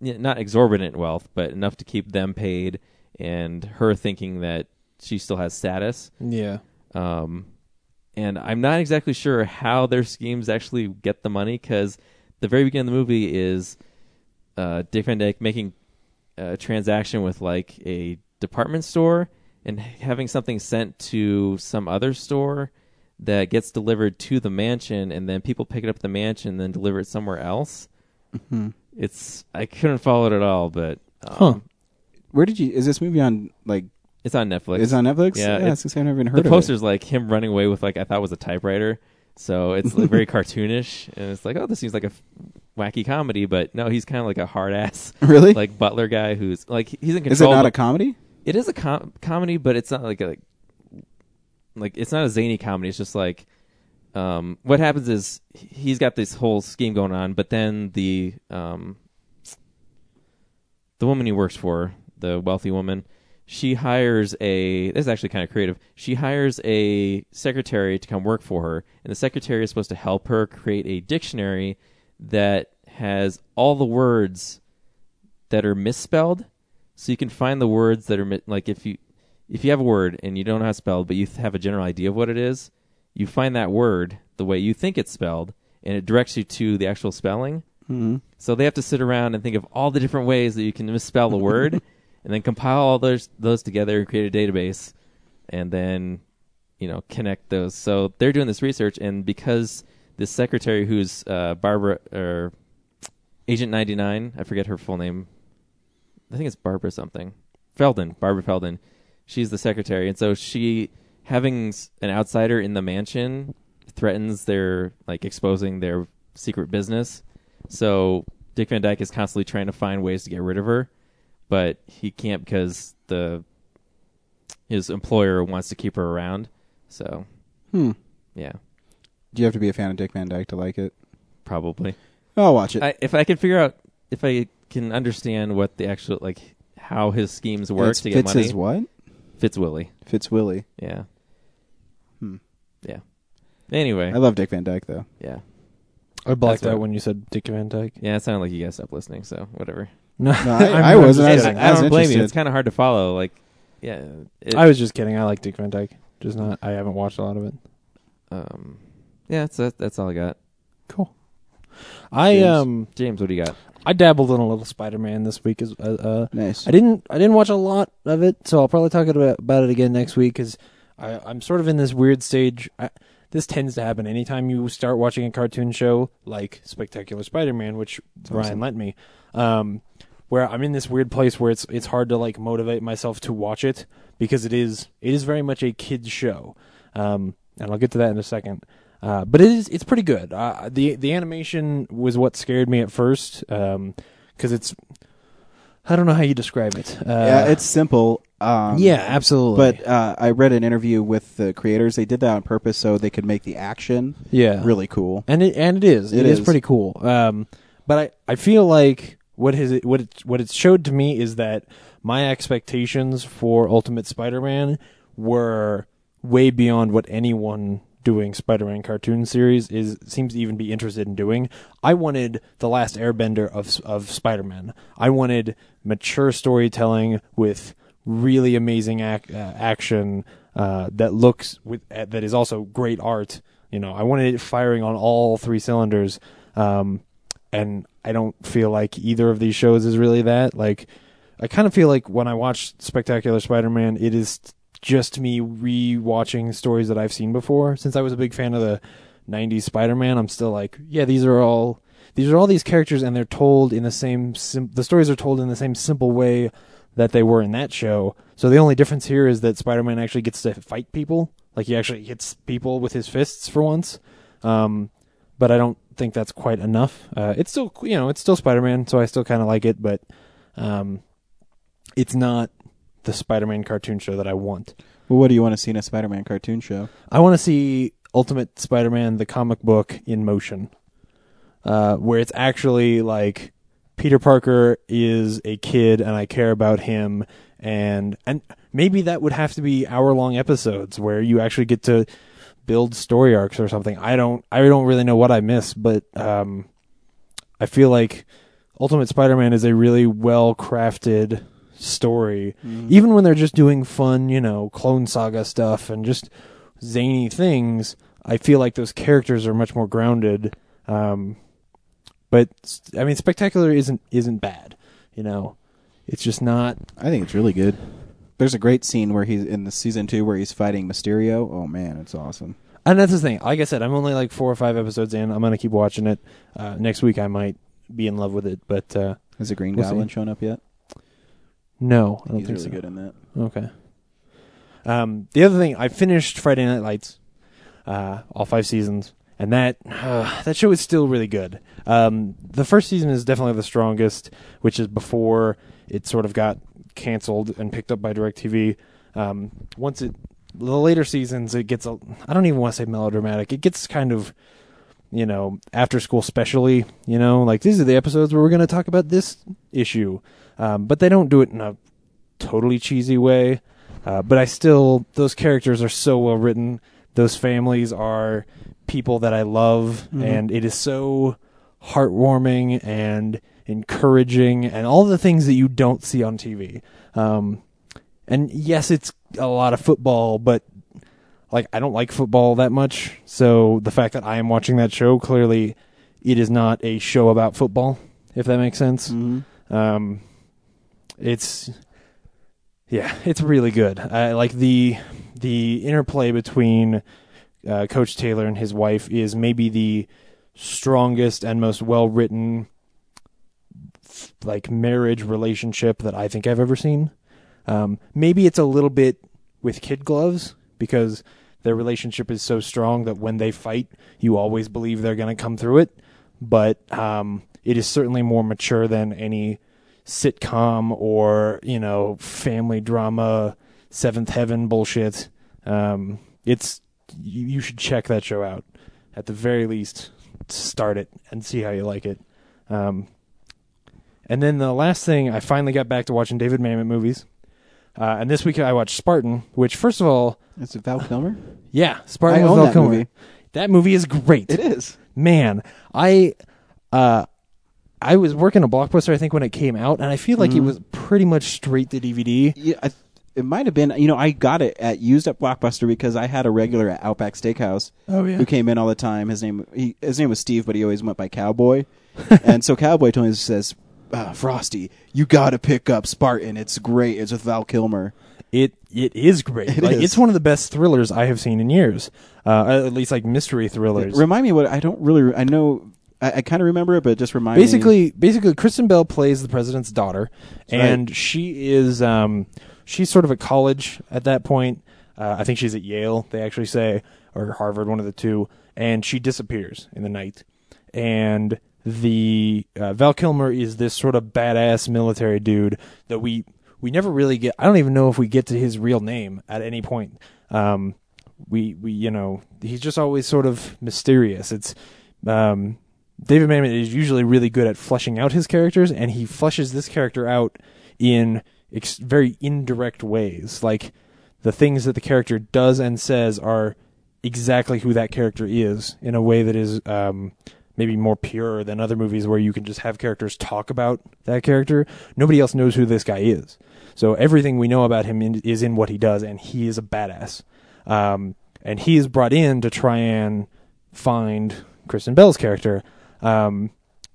S2: yeah, not exorbitant wealth, but enough to keep them paid and her thinking that she still has status.
S5: Yeah.
S2: Um, and I'm not exactly sure how their schemes actually get the money because the very beginning of the movie is uh, Dick Van Dyke making a transaction with like a department store and having something sent to some other store that gets delivered to the mansion and then people pick it up at the mansion and then deliver it somewhere else.
S5: Mm-hmm.
S2: It's I couldn't follow it at all, but um,
S5: Huh.
S1: Where did you? Is this movie on? Like,
S2: it's on Netflix.
S1: is it on Netflix?
S2: Yeah,
S1: yeah
S2: it's-
S1: it's, I've never even heard
S2: the
S1: of it.
S2: poster's like him running away with like I thought was a typewriter. So it's like very cartoonish, and it's like, oh, this seems like a f- wacky comedy, but no, he's kind of like a hard ass,
S1: Really?
S2: like butler guy who's like he- he's in control.
S1: Is it not
S2: but-
S1: a comedy?
S2: it is a com- comedy, but it's not like a like it's not a zany comedy. It's just like um, what happens is he's got this whole scheme going on, but then the um, the woman he works for, the wealthy woman, she hires a. This is actually kind of creative. She hires a secretary to come work for her, and the secretary is supposed to help her create a dictionary that has all the words that are misspelled so you can find the words that are mi- like if you if you have a word and you don't know how it's spelled but you have a general idea of what it is you find that word the way you think it's spelled and it directs you to the actual spelling mm-hmm. so they have to sit around and think of all the different ways that you can misspell the word and then compile all those those together and create a database and then you know connect those so they're doing this research and because this secretary who's uh, barbara or agent 99 i forget her full name I think it's Barbara something. Felden, Barbara Felden. She's the secretary, and so she having s- an outsider in the mansion threatens their like exposing their secret business. So Dick Van Dyke is constantly trying to find ways to get rid of her, but he can't because the his employer wants to keep her around. So,
S1: Hmm.
S2: yeah,
S1: Do you have to be a fan of Dick Van Dyke to like it? Oh,
S2: probably.
S1: I'll watch it.
S2: I, if I can figure out if I can understand what the actual like how his schemes work
S1: It's
S2: to get
S1: Fitz
S2: money,
S1: is what?
S2: Fitz Willie.
S1: Fitz Willie.
S2: Yeah.
S1: Hmm.
S2: Yeah. Anyway,
S1: I love Dick Van Dyke though.
S2: yeah,
S5: I blacked
S2: That's
S5: out
S2: what-
S5: when you said Dick Van Dyke.
S2: yeah. It sounded like you guys stopped listening, so whatever.
S5: No,
S1: No, I-
S5: I'm
S1: I
S5: not
S1: wasn't. I
S5: just
S1: was-
S5: kidding.
S2: I don't blame you.
S1: interested.
S2: It's kind of hard to follow. Like, yeah, it-
S5: I was just kidding. I like Dick Van Dyke. Just not. I haven't watched a lot of it.
S2: Um, yeah, that's that's- that's all I got.
S5: Cool. I
S1: James.
S5: um
S2: James, what do you got?
S5: I dabbled in a little Spider-Man this week. As uh, uh,
S1: Nice.
S5: I didn't I didn't watch a lot of it, so I'll probably talk about, about it again next week. Because I'm sort of in this weird stage. I, this tends to happen anytime you start watching a cartoon show like Spectacular Spider-Man, which Ryan lent me. Um, where I'm in this weird place where it's it's hard to like motivate myself to watch it because it is it is very much a kids show, um, and I'll get to that in a second. Uh, but it is it's pretty good. Uh, the the animation was what scared me at first because it's um, I don't know how you describe it. Uh,
S1: yeah, it's simple. Um,
S5: yeah, absolutely.
S1: But uh, I read an interview with the creators. They did that on purpose so they could make the action
S5: yeah,
S1: really cool.
S5: and it and it is
S1: It
S5: it is.
S1: is.
S5: pretty cool. Um, but I I feel like what his what it what it showed to me is that my expectations for Ultimate Spider-Man were way beyond what anyone doing Spider-Man cartoon series is seems to even be interested in doing. I wanted the last Airbender of of Spider-Man. I wanted mature storytelling with really amazing ac- uh, action uh, that looks with uh, that is also great art. You know, I wanted it firing on all three cylinders, um, and I don't feel like either of these shows is really that. Like, I kind of feel like when I watch Spectacular Spider-Man, it is just me rewatching stories that I've seen before. Since I was a big fan of the '90s Spider-Man, I'm still like, yeah, these are all these are all these characters, and they're told in the same. Sim- the stories are told in the same simple way that they were in that show. So the only difference here is that Spider-Man actually gets to fight people. Like he actually hits people with his fists for once. Um, but I don't think that's quite enough. Uh, it's still, you know, it's still Spider-Man, so I still kind of like it, but um, it's not the Spider-Man cartoon show that I want.
S1: Well, what do you want to see in a Spider-Man cartoon show?
S5: I want to see Ultimate Spider-Man, the comic book, in motion, uh, where it's actually like Peter Parker is a kid, and I care about him, and and maybe that would have to be hour-long episodes where you actually get to build story arcs or something. I don't, I don't really know what I miss, but um, I feel like Ultimate Spider-Man is a really well-crafted story even when they're just doing fun, you know, clone saga stuff and just zany things, I feel like those characters are much more grounded. Um, but s- I mean, spectacular isn't isn't bad, you know. It's just not.
S1: I think it's really good. There's a great scene where he's in the season two where he's fighting Mysterio. Oh man, it's awesome.
S5: And that's the thing. Like I said, I'm only like four or five episodes in. I'm gonna keep watching it. Uh, next week I might be in love with it, but uh,
S1: Has the Green
S5: We'll see.
S1: Goblin shown up yet?
S5: no, I don't
S1: he's
S5: think
S1: really
S5: so.
S1: good in that.
S5: Okay. Um, the other thing, I finished Friday Night Lights, uh, all five seasons, and that uh, that show is still really good. Um, the first season is definitely the strongest, which is before it sort of got canceled and picked up by Directv. Um, once it, the later seasons, it gets a, I don't even want to say melodramatic. It gets kind of you know, after school specially, you know, like these are the episodes where we're going to talk about this issue. Um, but they don't do it in a totally cheesy way. Uh, but I still, those characters are so well written. Those families are people that I love, and it is so heartwarming and encouraging, and all the things that you don't see on TV. Um, and yes, it's a lot of football, but like I don't like football that much, so the fact that I am watching that show clearly it is not a show about football, if that makes sense. Um, it's yeah, it's really good. I like the the interplay between uh, Coach Taylor and his wife is maybe the strongest and most well written like marriage relationship that I think I've ever seen. Um, maybe it's a little bit with kid gloves because their relationship is so strong that when they fight, you always believe they're going to come through it. But um, it is certainly more mature than any sitcom or you know family drama, Seventh Heaven bullshit. Um, it's you, you should check that show out at the very least. Start it and see how you like it. Um, and then the last thing, I finally got back to watching David Mamet movies. Uh, and this week I watched Spartan, which first of all,
S1: Is it Val Kilmer?
S5: yeah, Spartan
S1: I
S5: with
S1: own
S5: Val
S1: that
S5: Kilmer.
S1: movie.
S5: That movie is great.
S1: it is.
S5: Man, I uh I was working a blockbuster I think when it came out and I feel
S1: Mm-hmm.
S5: like it was pretty much straight to DVD.
S1: Yeah, I, it might have been. You know, I got it at used up Blockbuster because I had a regular at Outback Steakhouse.
S5: Oh, yeah.
S1: who came in all the time. His name he, his name was Steve, but he always went by Cowboy. and so Cowboy told me says, uh, "Frosty, you got to pick up Spartan. It's great. It's with Val Kilmer."
S5: It it is great.
S1: It
S5: like
S1: is.
S5: it's one of the best thrillers I have seen in years. Uh at least like mystery thrillers.
S1: Remind me what I don't really. I know. I, I kind of remember it, but just remind me.
S5: basically basically Kristen Bell plays the president's daughter and she is um she's sort of at college at that point uh, I think she's at Yale they actually say or Harvard one of the two and she disappears in the night and the uh, Val Kilmer is this sort of badass military dude that we we never really get. I don't even know if we get to his real name at any point. Um, we we you know he's just always sort of mysterious. It's um, David Mamet is usually really good at fleshing out his characters, and he fleshes this character out in ex- very indirect ways. Like the things that the character does and says are exactly who that character is in a way that is um, maybe more pure than other movies where you can just have characters talk about that character. Nobody else knows who this guy is. So everything we know about him in, is in what he does, and he is a badass. Um, and he is brought in to try and find Kristen Bell's character. Um,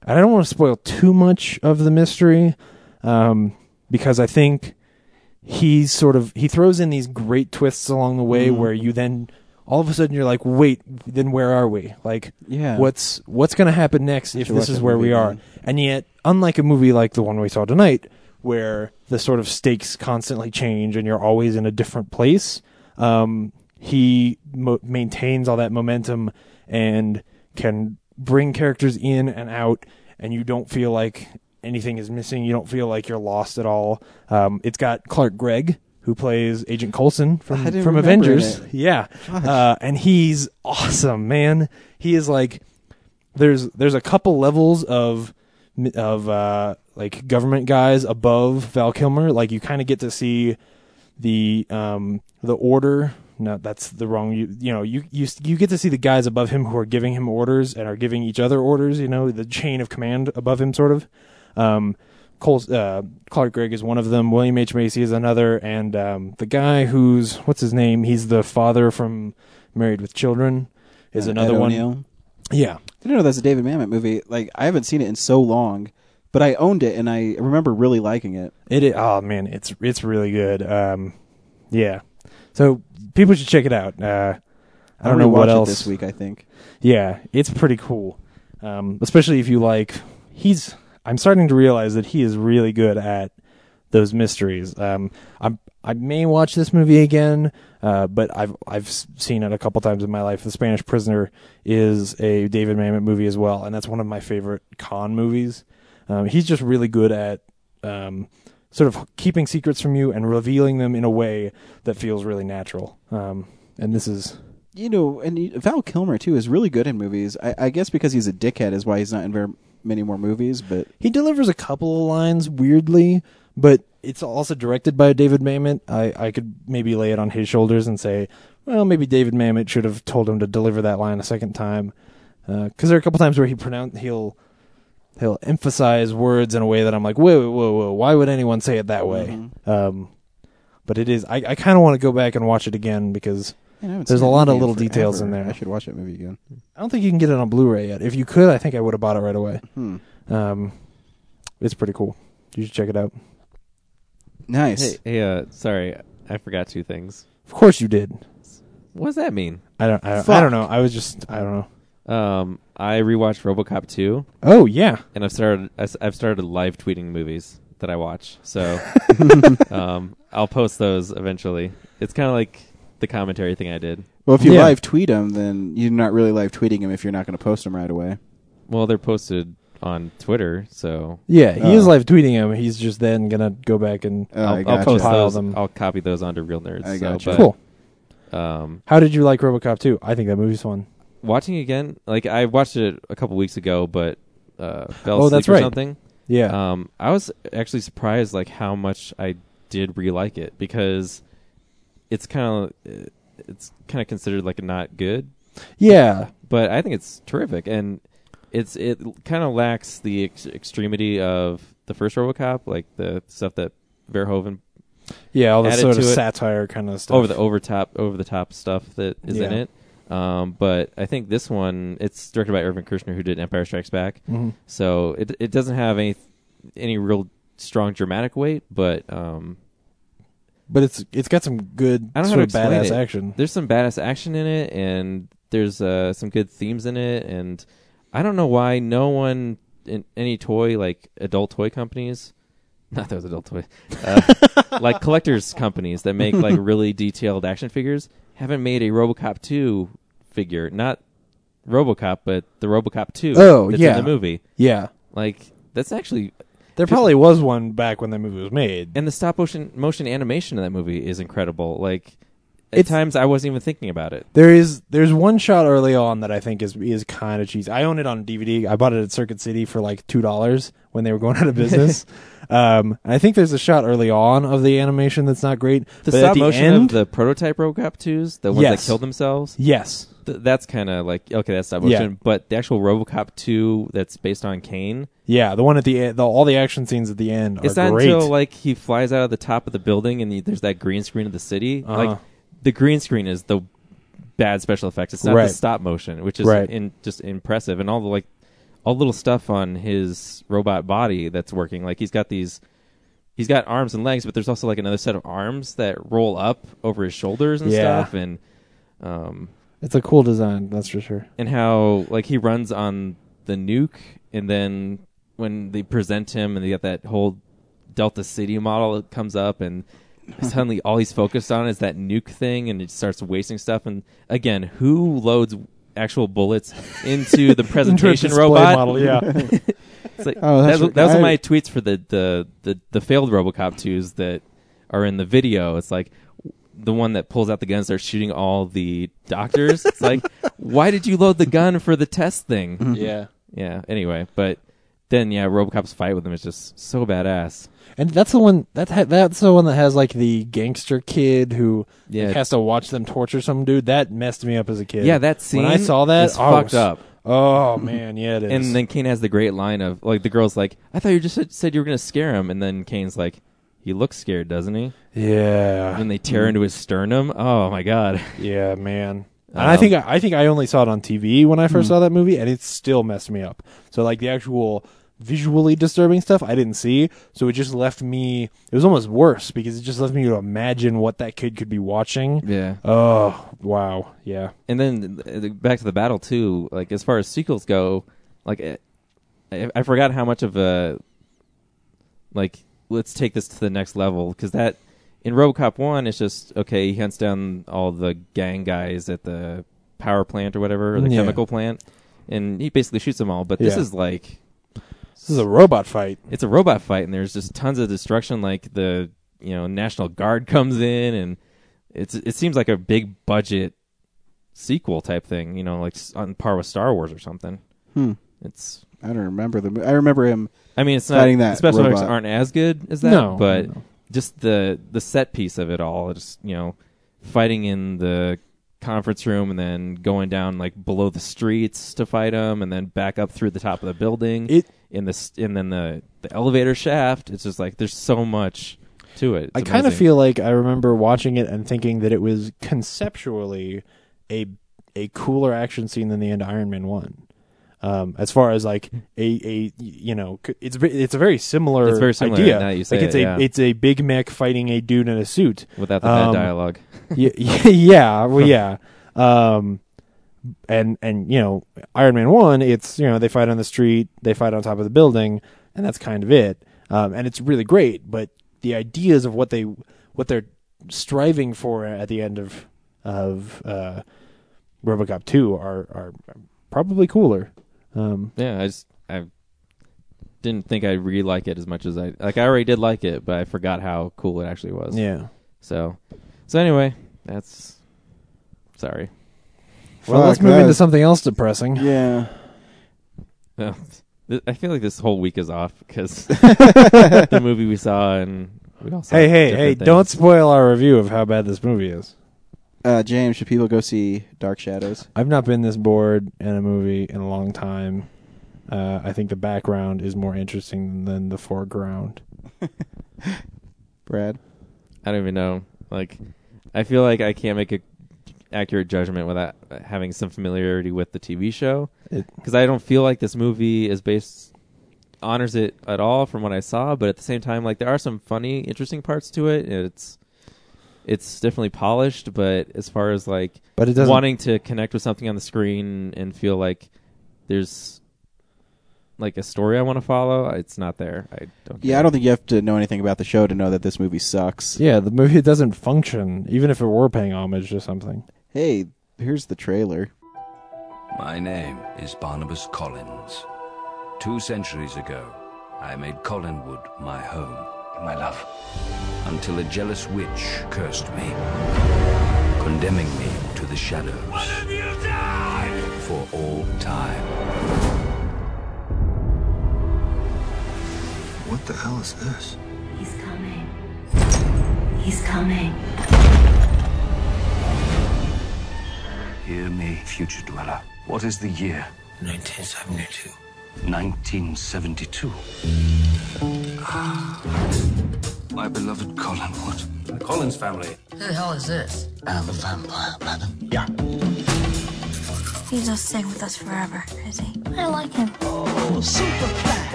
S5: and I don't want to spoil too much of the mystery um, because I think he sort of he throws in these great twists along the way where you then all of a sudden you're like, wait, then where are we? Like,
S1: Yeah.
S5: what's what's going to happen next if
S1: should
S5: this
S1: watch
S5: is
S1: that
S5: where
S1: movie
S5: we are?
S1: again.
S5: And yet, unlike a movie like the one we saw tonight, where the sort of stakes constantly change and you're always in a different place, um, he mo- maintains all that momentum and can bring characters in and out, and you don't feel like anything is missing. You don't feel like you're lost at all. Um, it's got Clark Gregg, who plays Agent Coulson
S1: I
S5: from
S1: didn't
S5: from
S1: remember
S5: Avengers.
S1: that.
S5: Yeah, uh, and he's awesome, man. He is like there's there's a couple levels of of uh, like government guys above Val Kilmer. Like you kind of get to see the um the order no that's the wrong you you know you you you get to see the guys above him who are giving him orders and are giving each other orders you know the chain of command above him sort of um Cole, uh, Clark Gregg is one of them. William H Macy is another, and um, the guy who's what's his name? He's the father from Married with Children. Is
S1: Uh,
S5: another
S1: Ed
S5: one.
S1: O'Neill.
S5: Yeah,
S1: I didn't know that's a David Mamet movie. Like I haven't seen it in so long, but I owned it and I remember really liking it.
S5: It is, oh man, it's it's really good. Um, yeah, so people should check it out. Uh, I don't
S1: I'll
S5: know
S1: rewatch
S5: what
S1: it
S5: else.
S1: this week. I think
S5: Yeah, it's pretty cool. Um, especially if you like, he's. I'm starting to realize that he is really good at those mysteries. Um, I'm. I may watch this movie again, uh, but I've I've s- seen it a couple times in my life. The Spanish Prisoner is a David Mamet movie as well, and that's one of my favorite con movies. Um, he's just really good at um, sort of keeping secrets from you and revealing them in a way that feels really natural. Um, and this is
S1: you know, and you- Val Kilmer too is really good in movies. I, I guess because he's a dickhead is why he's not in very many more movies. But
S5: He delivers a couple of lines weirdly, but it's also directed by David Mamet. I, I could maybe lay it on his shoulders and say, well, maybe David Mamet should have told him to deliver that line a second time, because there are a couple times where he pronounce he'll he'll emphasize words in a way that I'm like, whoa, whoa, whoa, whoa. why would anyone say it that way?
S1: mm-hmm.
S5: Um, but it is. I, I kind of want to go back and watch it again because
S1: man, I haven't
S5: There's
S1: seen that
S5: a lot of
S1: movie in
S5: little details
S1: forever.
S5: in there.
S1: I should watch that movie again.
S5: I don't think you can get it on Blu-ray yet. If you could, I think I would have bought it right away.
S1: Hmm.
S5: Um, it's pretty cool. You should check it out.
S1: Nice.
S2: Hey, hey, uh, sorry, I forgot two things.
S5: Of course you did.
S2: What does that mean?
S5: I don't. I, I
S1: Fuck.
S5: don't know. I was just. I don't know.
S2: Um, I rewatched RoboCop 2,
S5: Oh yeah.
S2: and I've started I s- I've started live tweeting movies that I watch. So, um, I'll post those eventually. It's kind of like the commentary thing I did.
S1: Well, if you
S5: Yeah.
S1: live tweet him, then you're not really live tweeting him if you're not going to post him right away.
S2: Well, they're posted on Twitter, so
S5: Yeah. He
S1: Oh.
S5: is live tweeting him. He's just then gonna go back and.
S1: Oh,
S2: I'll,
S1: I
S2: I'll
S1: gotcha.
S2: post
S5: Pile
S2: those.
S5: them.
S2: I'll copy those onto Real Nerds.
S1: I
S2: so,
S1: gotcha.
S2: Uh, but,
S5: cool.
S2: Um,
S5: How did you like RoboCop 2? I think that movie's fun.
S2: watching again, like I watched it a couple weeks ago, but uh, fell
S5: Oh,
S2: asleep
S5: that's
S2: or
S5: right.
S2: something.
S5: Yeah.
S2: Um, I was actually surprised like how much I did re-like it because it's kind of it's kind of considered like not good,
S5: yeah.
S2: but I think it's terrific and it's it kind of lacks the ex- extremity of the first RoboCop, like the stuff that Verhoeven
S5: Yeah. All the
S2: Added
S5: sort of
S2: to it.
S5: satire kind of stuff.
S2: over the over top over the top stuff that is in
S5: Yeah.
S2: it. Um, but I think this one it's directed by Irvin Kershner who did Empire Strikes Back.
S5: Mhm.
S2: So it it doesn't have any any real strong dramatic weight, but um,
S5: But it's it's got some good
S2: I don't know
S5: sort
S2: how
S5: of
S2: to explain
S5: badass
S2: it.
S5: action.
S2: there's some badass action in it and there's uh, some good themes in it and I don't know why no one in any toy like adult toy companies not those adult toy uh, like collectors companies that make like really detailed action figures haven't made a RoboCop 2 figure not RoboCop, but the RoboCop two.
S5: Oh,
S2: that's
S5: yeah.
S2: in the movie.
S5: Yeah.
S2: Like that's actually,
S5: There probably was one back when that movie was made.
S2: and the stop motion motion animation of that movie is incredible. Like at
S5: It's-
S2: times I wasn't even thinking about it.
S5: There is there's one shot early on that I think is is kind of cheesy. I own it on DVD. I bought it at Circuit City for like two dollars when they were going out of business. um, and I think there's a shot early on of the animation that's not great.
S2: The
S5: but at
S2: stop
S5: the
S2: motion
S5: end,
S2: of the prototype RoboCop twos, the ones that
S5: Yes.
S2: killed themselves.
S5: yes,
S2: Th- that's kind of like okay, that's stop
S5: Yeah.
S2: motion. But the actual RoboCop two that's based on Kane.
S5: yeah, the one at the end, the, all the action scenes at the end are
S2: It's not
S5: great.
S2: until uh, like he flies out of the top of the building and the, there's that green screen of the city.
S5: Uh-huh.
S2: Like the green screen is the bad special effects. It's not
S5: Right.
S2: the stop motion, which is
S5: Right.
S2: in, just impressive. And all the like, all the little stuff on his robot body that's working. Like he's got these, he's got arms and legs, but there's also like another set of arms that roll up over his shoulders and
S5: Yeah.
S2: stuff. And um,
S5: it's a cool design, that's for sure.
S2: and how like he runs on the nuke and then when they present him and they got that whole delta city model that comes up and suddenly all he's focused on is that nuke thing and it starts wasting stuff and again who loads actual bullets into the presentation
S5: Display
S2: robot
S5: model, yeah.
S2: It's like,
S1: Oh, that's
S2: that was,
S1: right.
S2: that was
S1: I-
S2: my tweets for the, the the the failed robocop 2s that are in the video it's like the one that pulls out the gun starts shooting all the doctors it's like why did you load the gun for the test thing
S5: yeah.
S2: yeah. Anyway, but then yeah, RoboCop's fight with him is just so badass.
S5: And that's the one that ha- that's the one that has like the gangster kid who
S2: Yeah.
S5: like, has to watch them torture some dude. That messed me up as a kid.
S2: Yeah, that scene.
S5: When I saw that,
S2: is
S5: oh, it
S2: fucked
S5: was-
S2: up.
S5: Oh man, yeah, it is.
S2: And then Kane has the great line of like the girl's like, "I thought you just said- said you were gonna scare him," and then Kane's like, "He looks scared, doesn't he?"
S5: yeah,
S2: And then they
S1: Mm.
S2: tear into his sternum. Oh my god.
S5: yeah, man. And
S2: Um,
S5: I think I, I think I only saw it on TV when I first
S2: Hmm.
S5: saw that movie, and it still messed me up. So like the actual visually disturbing stuff I didn't see, so it just left me. It was almost worse because it just left me to imagine what that kid could be watching.
S2: Yeah.
S5: Oh wow, yeah.
S2: and then uh, back to the battle too. Like as far as sequels go, like I, I- I forgot how much of a like let's take this to the next level because that in RoboCop one, it's just okay. He hunts down all the gang guys at the power plant or whatever, or the
S5: Yeah.
S2: chemical plant, and he basically shoots them all. But this
S5: Yeah.
S2: is like
S5: This is a robot fight.
S2: it's a robot fight and there's just tons of destruction like the you know national guard comes in and it's it seems like a big budget sequel type thing you know like s- on par with star wars or something
S1: Hmm.
S2: it's
S1: I don't remember the. mo- I remember him.
S2: i mean it's not
S1: Fighting that
S2: the special effects
S1: robot.
S2: aren't as good as that
S5: No,
S2: but
S5: no.
S2: just the the set piece of it all just you know fighting in the conference room and then going down like below the streets to fight them and then back up through the top of the building
S5: It
S2: in the s- and then the the elevator shaft. It's just like there's so much to it. It's
S5: I kind of
S2: amazing.
S5: feel like I remember watching it and thinking that it was conceptually a a cooler action scene than the end of Iron Man one. Um, as far as like a a you know c- it's ve- it's a very similar,
S2: It's very similar,
S5: idea.
S2: now that you say
S5: like it's
S2: it,
S5: a
S2: yeah.
S5: it's a big mech fighting a dude in a suit.
S2: without the bad
S5: um,
S2: dialogue.
S5: yeah, yeah, well, yeah. Um, and and you know, Iron Man one, it's you know they fight on the street, they fight on top of the building, and that's kind of it. Um, and it's really great, but the ideas of what they what they're striving for at the end of of uh, RoboCop two are are probably cooler. Um,
S2: Yeah, I just I didn't think I'd really like it as much as I like. I already did like it, but I forgot how cool it actually was.
S5: yeah.
S2: So so anyway, that's sorry.
S5: Well, let's
S1: Fuck,
S5: move
S1: that
S5: into
S1: was-
S5: something else depressing.
S1: Yeah.
S2: No, th- I feel like this whole week is off because the movie we saw and we all saw
S5: Hey, hey,
S2: different
S5: hey!
S2: things.
S5: Don't spoil our review of how bad this movie is.
S1: Uh, James, should people go see Dark Shadows?
S5: I've not been this bored in a movie in a long time. Uh, I think the background is more interesting than the foreground.
S1: Brad.
S2: I don't even know. Like, I feel like I can't make a accurate judgment without having some familiarity with the TV show
S5: It-
S2: because I don't feel like this movie is based honors it at all from what I saw. But at the same time, like there are some funny, interesting parts to it. and It's it's definitely polished, but as far as like
S5: But it doesn't.
S2: wanting to connect with something on the screen and feel like there's like a story I want to follow, it's not there. I don't.
S1: Yeah, I don't think you have to know anything about the show to know that this movie sucks.
S5: yeah, the movie doesn't function, even if it were paying homage to something.
S1: Hey, here's the trailer.
S7: My name is Barnabas Collins. Two centuries ago, I made Collinwood my home, my love, until a jealous witch cursed me, condemning me to the shadows. For all time.
S8: What the hell is this?
S9: He's coming. He's coming.
S7: Hear me, future dweller. What is the year?
S8: 1972.
S7: 1972. Ah, My beloved Collinwood. The Collins family.
S9: Who the hell is this?
S8: I'm a vampire, madam. Yeah.
S9: He's just staying with us forever, is he? I like him.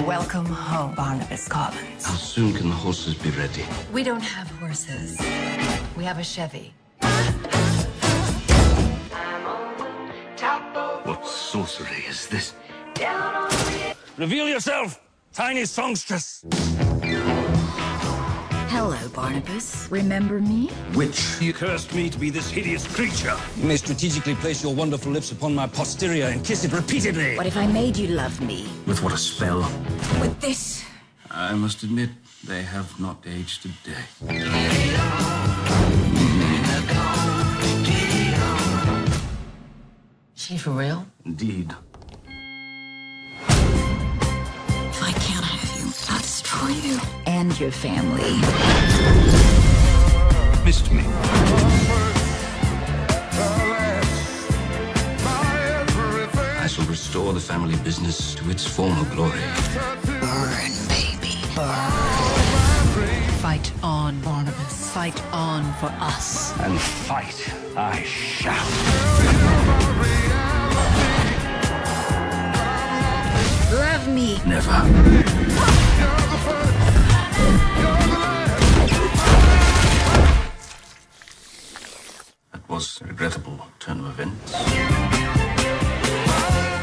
S10: Welcome home, Barnabas Collins.
S7: How soon can the horses be ready?
S10: We don't have horses. We have a Chevy.
S7: What sorcery is this?
S11: Reveal yourself, tiny songstress.
S10: Hello, Barnabas. Remember me?
S7: Witch.
S11: You cursed me to be this hideous creature.
S7: You may strategically place your wonderful lips upon my posterior and kiss it repeatedly.
S10: What if I made you love me?
S7: With what a spell.
S10: With this?
S7: I must admit, they have not aged a day.
S10: She for real?
S7: Indeed.
S9: If I can't have you, I'll destroy you.
S10: And your family.
S7: Missed me. I shall restore the family business to its former glory.
S10: Burn, baby. Burn. Fight on, Barnabas. Fight on for us.
S7: And fight I shall.
S10: Love me.
S7: Never. That was a regrettable turn of events.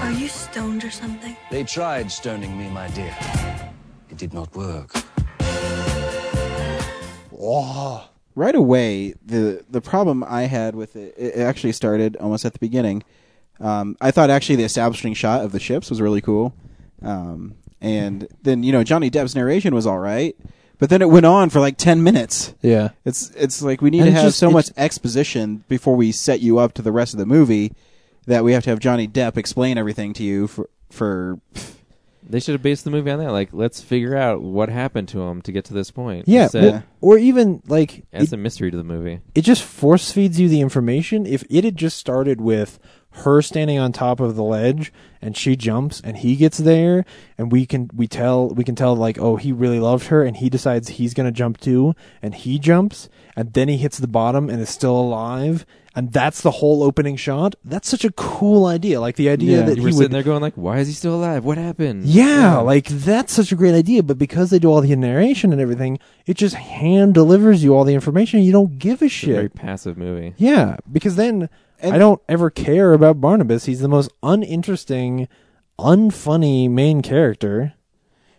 S9: Are you stoned or something?
S7: They tried stoning me, my dear. It did not work.
S1: right away the the problem I had with it it it actually started almost at the beginning. Um, I thought actually the establishing shot of the ships was really cool, um, and then you know Johnny Depp's narration was all right, but then it went on for like ten minutes.
S5: Yeah.
S1: It's it's like we need
S5: And
S1: to
S5: it's
S1: have
S5: just-
S1: so much
S5: it's-
S1: exposition before we set you up to the rest of the movie that we have to have Johnny Depp explain everything to you for for
S2: They should have based the movie on that. Like, let's figure out what happened to him to get to this point.
S5: Yeah.
S2: Instead,
S5: well, or even like it,
S2: that's a mystery to the movie.
S5: it just force feeds you the information. If it had just started with her standing on top of the ledge and she jumps and he gets there and we can we tell we can tell like oh he really loved her and he decides he's going to jump too and he jumps and then he hits the bottom and is still alive and that's the whole opening shot that's such a cool idea like the idea
S1: Yeah.
S5: that
S2: You
S5: he
S2: were
S5: would
S2: sitting there going, like, why is he still alive? What happened?
S5: Yeah, like that's such a great idea, but because they do all the narration and everything, it just hand delivers you all the information. and You don't give a
S2: It's a very
S5: shit.
S2: passive movie.
S5: Yeah, because then
S1: And-
S5: I don't ever care about Barnabas. He's the most uninteresting, unfunny main character.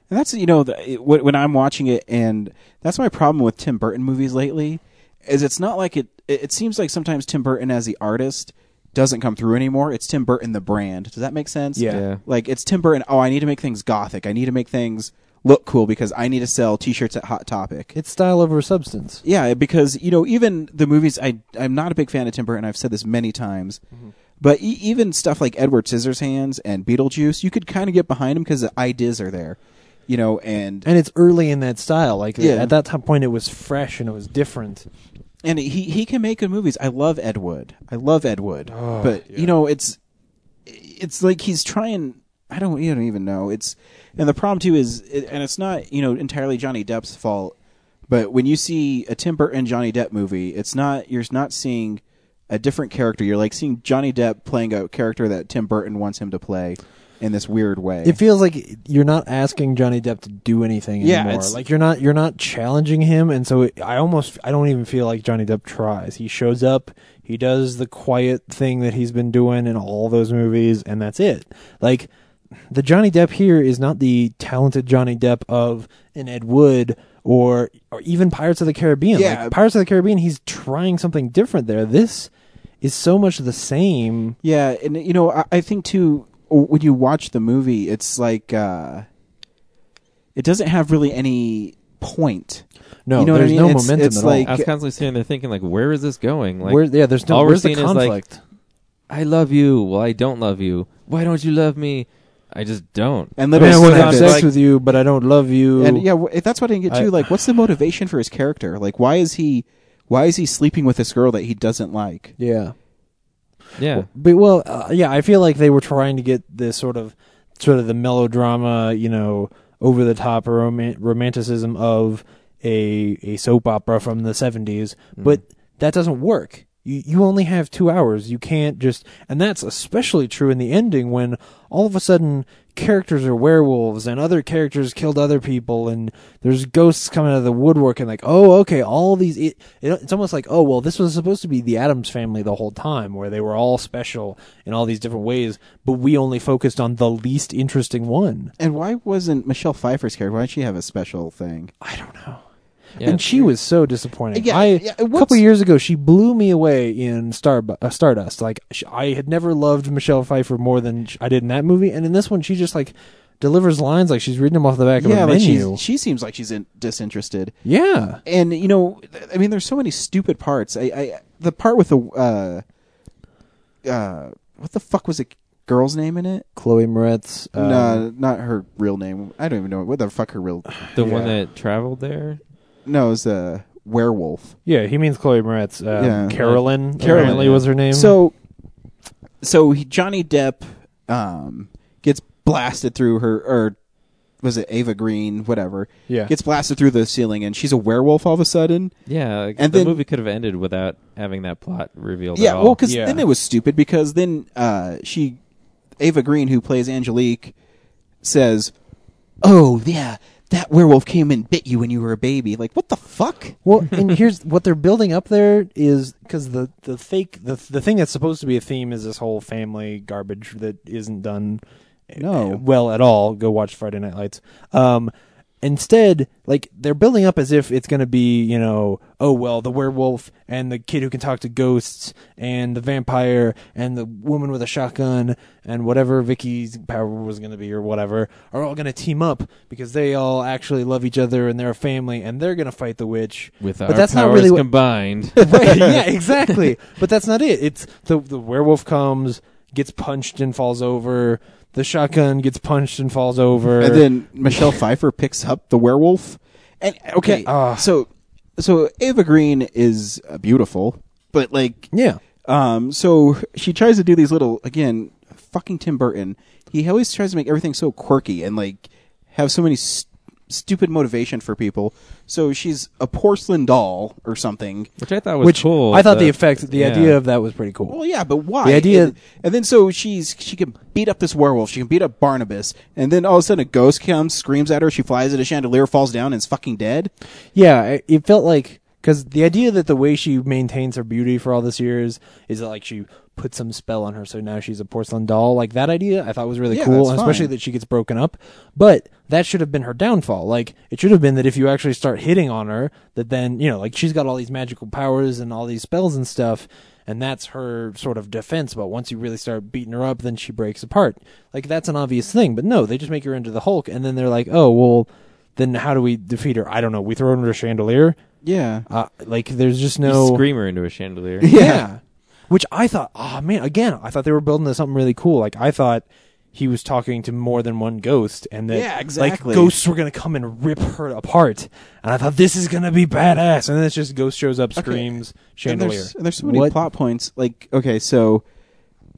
S1: And that's you know the, it, wh- when I'm watching it, and that's my problem with Tim Burton movies lately, is it's not like it. It it seems like sometimes Tim Burton as the artist doesn't come through anymore. It's Tim Burton the brand. Does that make sense?
S5: Yeah.
S2: Yeah.
S1: Like it's Tim Burton. Oh, I need to make things gothic. I need to make things look cool because I need to sell T-shirts at Hot Topic.
S5: It's style over substance.
S1: Yeah, because you know, even the movies I I'm not a big fan of Tim Burton. I've said this many times, but e- even stuff like Edward Scissorhands and Beetlejuice, you could kind of get behind him because the ideas are there, you know. And
S5: And it's early in that style. Like
S1: Yeah.
S5: at that time point, it was fresh and it was different.
S1: and he he can make good movies. I love Ed Wood. I love Ed Wood, but you know, it's it's like he's trying. I don't. You don't even know. It's and the problem too is, it, and it's not you know entirely Johnny Depp's fault. But when you see a Tim Burton Johnny Depp movie, it's not you're not seeing a different character. You're like seeing Johnny Depp playing a character that Tim Burton wants him to play in this weird way.
S5: It feels like you're not asking Johnny Depp to do anything
S1: Yeah,
S5: anymore.
S1: it's-
S5: like you're not you're not challenging him, and so it, I almost I don't even feel like Johnny Depp tries. He shows up, he does the quiet thing that he's been doing in all those movies, and that's it. Like the Johnny Depp here is not the talented Johnny Depp of an Ed Wood or or even Pirates of the Caribbean.
S1: Yeah.
S5: Like, Pirates of the Caribbean, he's trying something different there. This is so much the same.
S1: Yeah, and you know, I, I think too when you watch the movie, it's like uh, it doesn't have really any point.
S5: No,
S1: you know
S5: there's
S1: what I mean?
S5: no
S1: It's-
S5: momentum
S1: it's
S5: at all.
S1: like,
S2: I was constantly sitting there thinking, like, where is this going? Like,
S5: uh, Where- yeah, there's no-
S2: all we're
S5: where's the
S2: seeing is, like,
S5: conflict?
S2: I love you. Well, I don't love you. Why don't you love me? I just don't.
S1: And
S5: I
S1: little
S5: mean, I want to
S1: Steve
S5: have
S1: is-
S5: sex
S1: like-
S5: with you, but I don't love you.
S1: And yeah, w- if that's what I didn't get
S5: I-
S1: too. Like, what's the motivation for his character? Like, why is he, why is he sleeping with this girl that he doesn't like?
S5: yeah.
S2: yeah,
S5: But well, uh, yeah, I feel like they were trying to get this sort of, sort of the melodrama, you know, over the top romant- romanticism of a a soap opera from the 70s
S2: Mm.
S5: but that doesn't work. You you only have two hours. You can't just, and that's especially true in the ending when all of a sudden characters are werewolves and other characters killed other people and there's ghosts coming out of the woodwork and like oh okay all these it, it, it's almost like oh well this was supposed to be the adams family the whole time where they were all special in all these different ways but we only focused on the least interesting one
S1: And why wasn't Michelle Pfeiffer's character? Why didn't she have a special thing?
S5: i don't know
S2: Yeah.
S5: and she was so disappointing.
S1: Yeah,
S5: I,
S1: yeah,
S5: a couple
S1: what's-
S5: years ago, she blew me away in Star, uh, Stardust. Like sh I had never loved Michelle Pfeiffer more than sh- I did in that movie, and in this one, she just like delivers lines like she's reading them off the back
S1: yeah,
S5: of a
S1: like
S5: menu.
S1: she's, she seems like she's in, disinterested.
S5: yeah,
S1: And you know, th- I mean, there's so many stupid parts. I, I the part with the uh, uh, what the fuck was a girl's name in it?
S5: Chloe Moretz. um,
S1: no, not her real name. I don't even know what the fuck her real.
S2: the one that traveled there.
S1: No, it was a werewolf.
S5: Yeah, he means Chloe Moretz. Um,
S1: Yeah.
S5: Carolyn,
S1: Carolyn,
S5: apparently
S1: yeah.
S5: was her name.
S1: So, so he, Johnny Depp um, gets blasted through her, or was it Ava Green? Whatever.
S5: Yeah.
S1: Gets blasted through the ceiling, and she's a werewolf all of a sudden.
S2: Yeah, like,
S1: And
S2: the
S1: then-
S2: movie could have ended without having that plot revealed.
S1: Yeah.
S2: at all.
S1: Well, because
S5: Yeah.
S1: then it was stupid because then uh, she, Ava Green, who plays Angelique, says, "Oh yeah." That werewolf came and bit you when you were a baby. Like, what the fuck?
S5: Well, and here's what they're building up there is because the the fake the the thing that's supposed to be a theme is this whole family garbage that isn't done
S1: No.
S5: uh, well at all. Go watch Friday Night Lights. Um, instead, like they're building up as if it's going to be you know oh well the werewolf and the kid who can talk to ghosts and the vampire and the woman with a shotgun and whatever Vicky's power was going to be or whatever are all going to team up because they all actually love each other and they're a family and they're going to fight the witch
S2: with
S5: but
S2: our
S5: that's not
S2: powers
S5: really what-
S2: combined.
S5: Right, yeah, exactly. But that's not it. It's the the werewolf comes, gets punched and falls over. The shotgun gets punched and falls over.
S1: And then Michelle Pfeiffer picks up the werewolf. And okay,
S2: uh.
S5: ah.
S1: so so Ava Green is uh, beautiful, but like,
S5: yeah,
S1: um, so she tries to do these little again, fucking Tim Burton. He always tries to make everything so quirky and like have so many st- stupid motivation for people. So she's a porcelain doll or something.
S2: which I thought was
S5: which
S2: cool.
S5: I thought the, effect, the
S2: yeah.
S5: idea of that was pretty cool.
S1: Well, yeah, but why?
S5: The idea-
S1: And, and then so she's she can beat up this werewolf. She can beat up Barnabas, and then all of a sudden a ghost comes, screams at her. She flies at a chandelier, falls down, and is fucking dead.
S5: Yeah, I- it felt like because the idea that the way she maintains her beauty for all this years is that like she put some spell on her, so now she's a porcelain doll. Like that idea, I thought was really
S1: Yeah,
S5: cool,
S1: that's
S5: and especially
S1: fine.
S5: that she gets broken up. But that should have been her downfall. Like it should have been that if you actually start hitting on her, that then you know like she's got all these magical powers and all these spells and stuff. And that's her sort of defense. But once you really start beating her up, then she breaks apart. Like, that's an obvious thing. But no, they just make her into the Hulk. And then they're like, oh, well, then how do we defeat her? I don't know. We throw her under a chandelier.
S1: Yeah.
S5: Uh, like there's just no
S2: You scream her into a chandelier.
S5: Yeah. Which I thought, oh man, again, I thought they were building to something really cool. Like I thought he was talking to more than one ghost, and that
S1: Yeah, exactly.
S5: like ghosts were gonna come and rip her apart. And I thought this is gonna be badass. And then it's just ghost shows up, screams,
S1: And
S5: chandelier.
S1: there's, uh, and there's so many
S5: What-
S1: plot points. Like, okay, so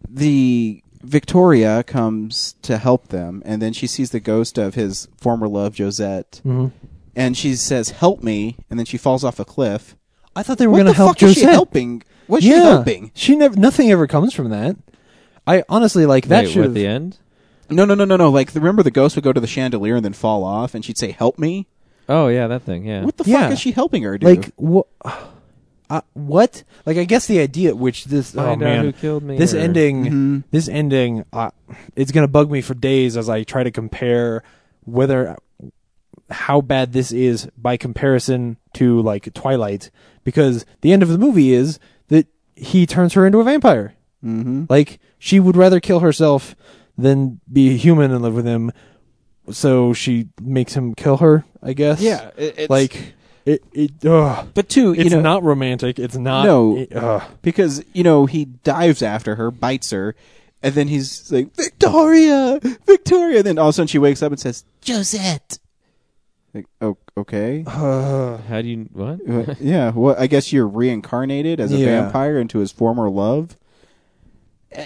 S1: the Victoria comes to help them, and then she sees the ghost of his former love, Josette,
S5: Mm-hmm.
S1: and she says, "Help me!" And then she falls off a cliff.
S5: I thought they were
S1: What
S5: gonna
S1: the
S5: help
S1: fuck is she
S5: Josette.
S1: helping? What's
S5: yeah,
S1: she helping?
S5: she never. Nothing ever comes from that. I honestly like that.
S2: Wait,
S5: should
S2: what, the end?
S1: No, no, no, no, no. Like, remember the ghost would go to the chandelier and then fall off, and she'd say, "Help me."
S2: Oh yeah, that thing. Yeah.
S1: What the
S5: Yeah.
S1: fuck is she helping her do?
S5: Like what? Uh, what? Like I guess the idea, which this oh
S2: Find out
S5: man,
S2: who killed me,
S5: this
S2: or-
S5: ending,
S1: Mm-hmm.
S5: this ending, uh, it's gonna bug me for days as I try to compare whether how bad this is by comparison to like Twilight, because the end of the movie is that he turns her into a vampire.
S1: Mhm.
S5: Like she would rather kill herself than be a human and live with him. So she makes him kill her, I guess.
S1: Yeah, it- it's-
S5: like it. It. Ugh.
S1: But two, you
S5: It's
S1: know,
S5: not romantic. It's not.
S1: no,
S5: it- ugh.
S1: because you know he dives after her, bites her, and then he's like Victoria, Victoria. Then all of a sudden she wakes up and says Josette. Like, oh, okay,
S2: How do you what?
S1: Uh, yeah. Well, I guess you're reincarnated as a
S5: Yeah.
S1: vampire into his former love. Uh,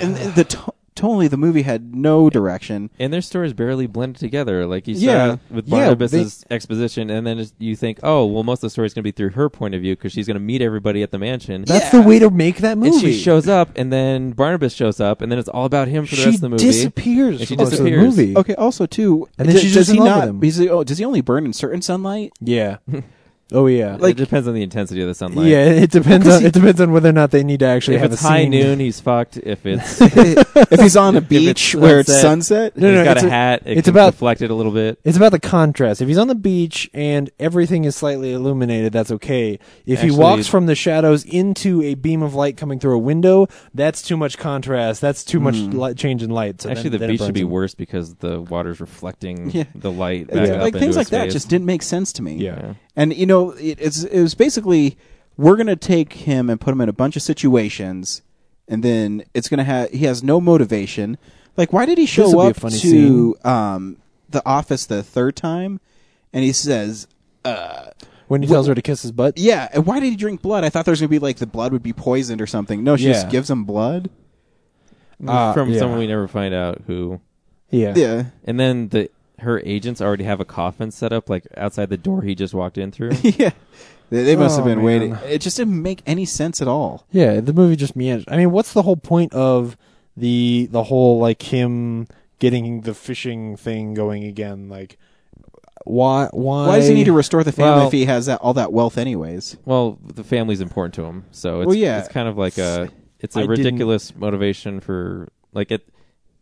S1: And the to- totally, the movie had no direction.
S2: And their stories barely blended together. Like you
S1: Yeah.
S2: said with
S1: Yeah,
S2: Barnabas's exposition, and then it's- you think, oh, well, most of the story's going to be through her point of view because she's going to meet everybody at the mansion.
S5: That's the way to make that movie.
S2: and she shows up, and then Barnabas shows up, and then it's all about him for the
S5: She
S2: rest of the movie.
S5: disappears.
S2: And she
S5: for most of the
S2: disappears.
S5: movie.
S1: Okay. Also, too,
S5: And then
S1: d-
S5: she's
S1: does
S5: just in
S1: he
S5: love
S1: not?
S5: with him.
S1: he's- oh, does he only burn in certain sunlight?
S5: Yeah. Oh yeah.
S2: it depends on the intensity of the sunlight.
S5: yeah. It depends
S1: Because
S5: on
S1: he-
S5: it depends on whether or not they need to actually
S2: if
S5: have
S2: it's
S5: a
S2: high
S5: scene.
S2: noon, he's fucked. If it's
S1: if he's on a
S2: it's
S1: beach where it's sunset,
S5: No, no,
S2: he's got
S5: it's
S2: a
S5: a-
S2: hat, it
S5: it's
S2: can
S5: about-
S2: deflect it a little bit.
S5: It's about the contrast. If he's on the beach and everything is slightly illuminated, that's okay. If he
S2: Actually-
S5: walks from the shadows into a beam of light coming through a window, that's too much contrast. That's too much light, change in light.
S2: Hmm.
S5: So
S2: Actually,
S5: then-
S2: the
S5: then it
S2: beach should
S5: burns
S2: be
S5: him.
S2: worse because the water's reflecting
S1: Yeah.
S2: the light back
S1: It's
S2: up
S1: like
S2: into
S1: things
S2: his
S1: like that
S2: face.
S1: just didn't make sense to me.
S5: Yeah.
S1: and you know, it, it's it was basically we're gonna take him and put him in a bunch of situations, and then it's gonna have he has no motivation. Like, why did he show
S5: This'll be a
S1: up
S5: funny
S1: to um, the office the third time? And he says, uh,
S5: When he tells her to kiss his butt.
S1: "Yeah, and why did he drink blood? I thought there was gonna be like the blood would be poisoned or something. No, she just
S5: Yeah.
S1: gives him blood.
S5: Ah,
S2: from
S5: yeah.
S2: someone we never find out who.
S5: Yeah.
S1: Yeah,
S2: And then the her agents already have a coffin set up like outside the door he just walked in through.
S1: yeah." They, they must
S5: Oh,
S1: have been
S5: man.
S1: waiting. It just didn't make any sense at all.
S5: Yeah, the movie just meanders. I mean, what's the whole point of the the whole like him getting the fishing thing going again? Like, why? Why?
S1: Why does he need to restore the family
S2: Well-
S1: if he has that, all that wealth anyways?
S2: well, the family's important to him, so it's
S1: Well, yeah.
S2: it's kind of like a it's a
S5: I didn't-
S2: ridiculous motivation for like it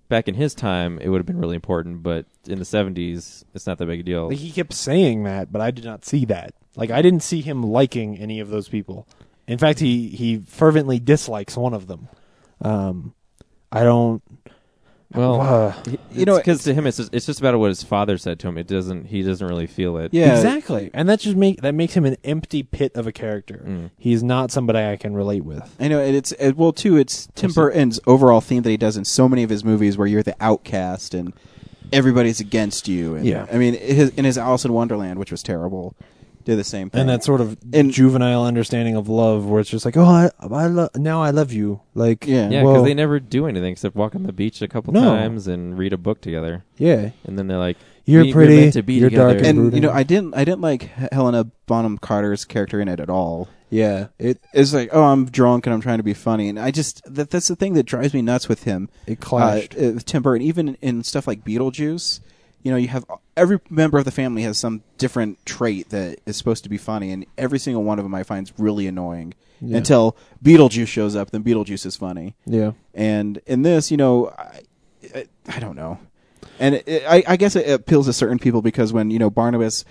S2: back in his time it would have been really important, but in the 70s it's not that big a deal.
S5: Like he kept saying that, but I did not see that. Like I didn't see him liking any of those people. In fact, he he fervently dislikes one of them. Um, I don't.
S2: well,
S5: uh,
S1: you know,
S2: because to him it's just, it's just about what his father said to him. It doesn't he doesn't really feel it.
S1: Yeah,
S5: exactly, and that just make that makes him an empty pit of a character.
S2: Mm.
S5: He's not somebody I can relate with.
S1: I know, and it's uh well too. It's Tim Burton's overall theme that he does in so many of his movies, where you're the outcast and everybody's against you. And,
S5: Yeah.
S1: I mean, his, in his Alice in Wonderland, which was terrible, did the same thing.
S5: and that sort of
S1: And-
S5: juvenile understanding of love, where it's just like, oh, I, I lo- now I love you, like,
S1: Yeah.
S2: Yeah,
S5: well,
S2: because they never do anything except walk on the beach a couple
S5: No.
S2: times and read a book together,
S5: yeah,
S2: and then they're like,
S5: You're
S2: "We- we're
S5: pretty,
S2: meant to be
S5: you're
S2: together."
S5: dark
S1: and you
S5: brooding.
S1: know, I didn't, I didn't like H- Helena Bonham Carter's character in it at all.
S5: yeah, it
S1: It's like, oh, I'm drunk and I'm trying to be funny, and I just that, that's the thing that drives me nuts with him.
S5: it clashed.
S1: uh, uh, Tim Burton, even in stuff like Beetlejuice, you know, you have every member of the family has some different trait that is supposed to be funny, and every single one of them I find is really annoying
S5: Yeah.
S1: until Beetlejuice shows up. Then Beetlejuice is funny,
S5: yeah,
S1: and in this, you know, I, I, I don't know, and it, it- I, I guess it appeals to certain people because when you know Barnabas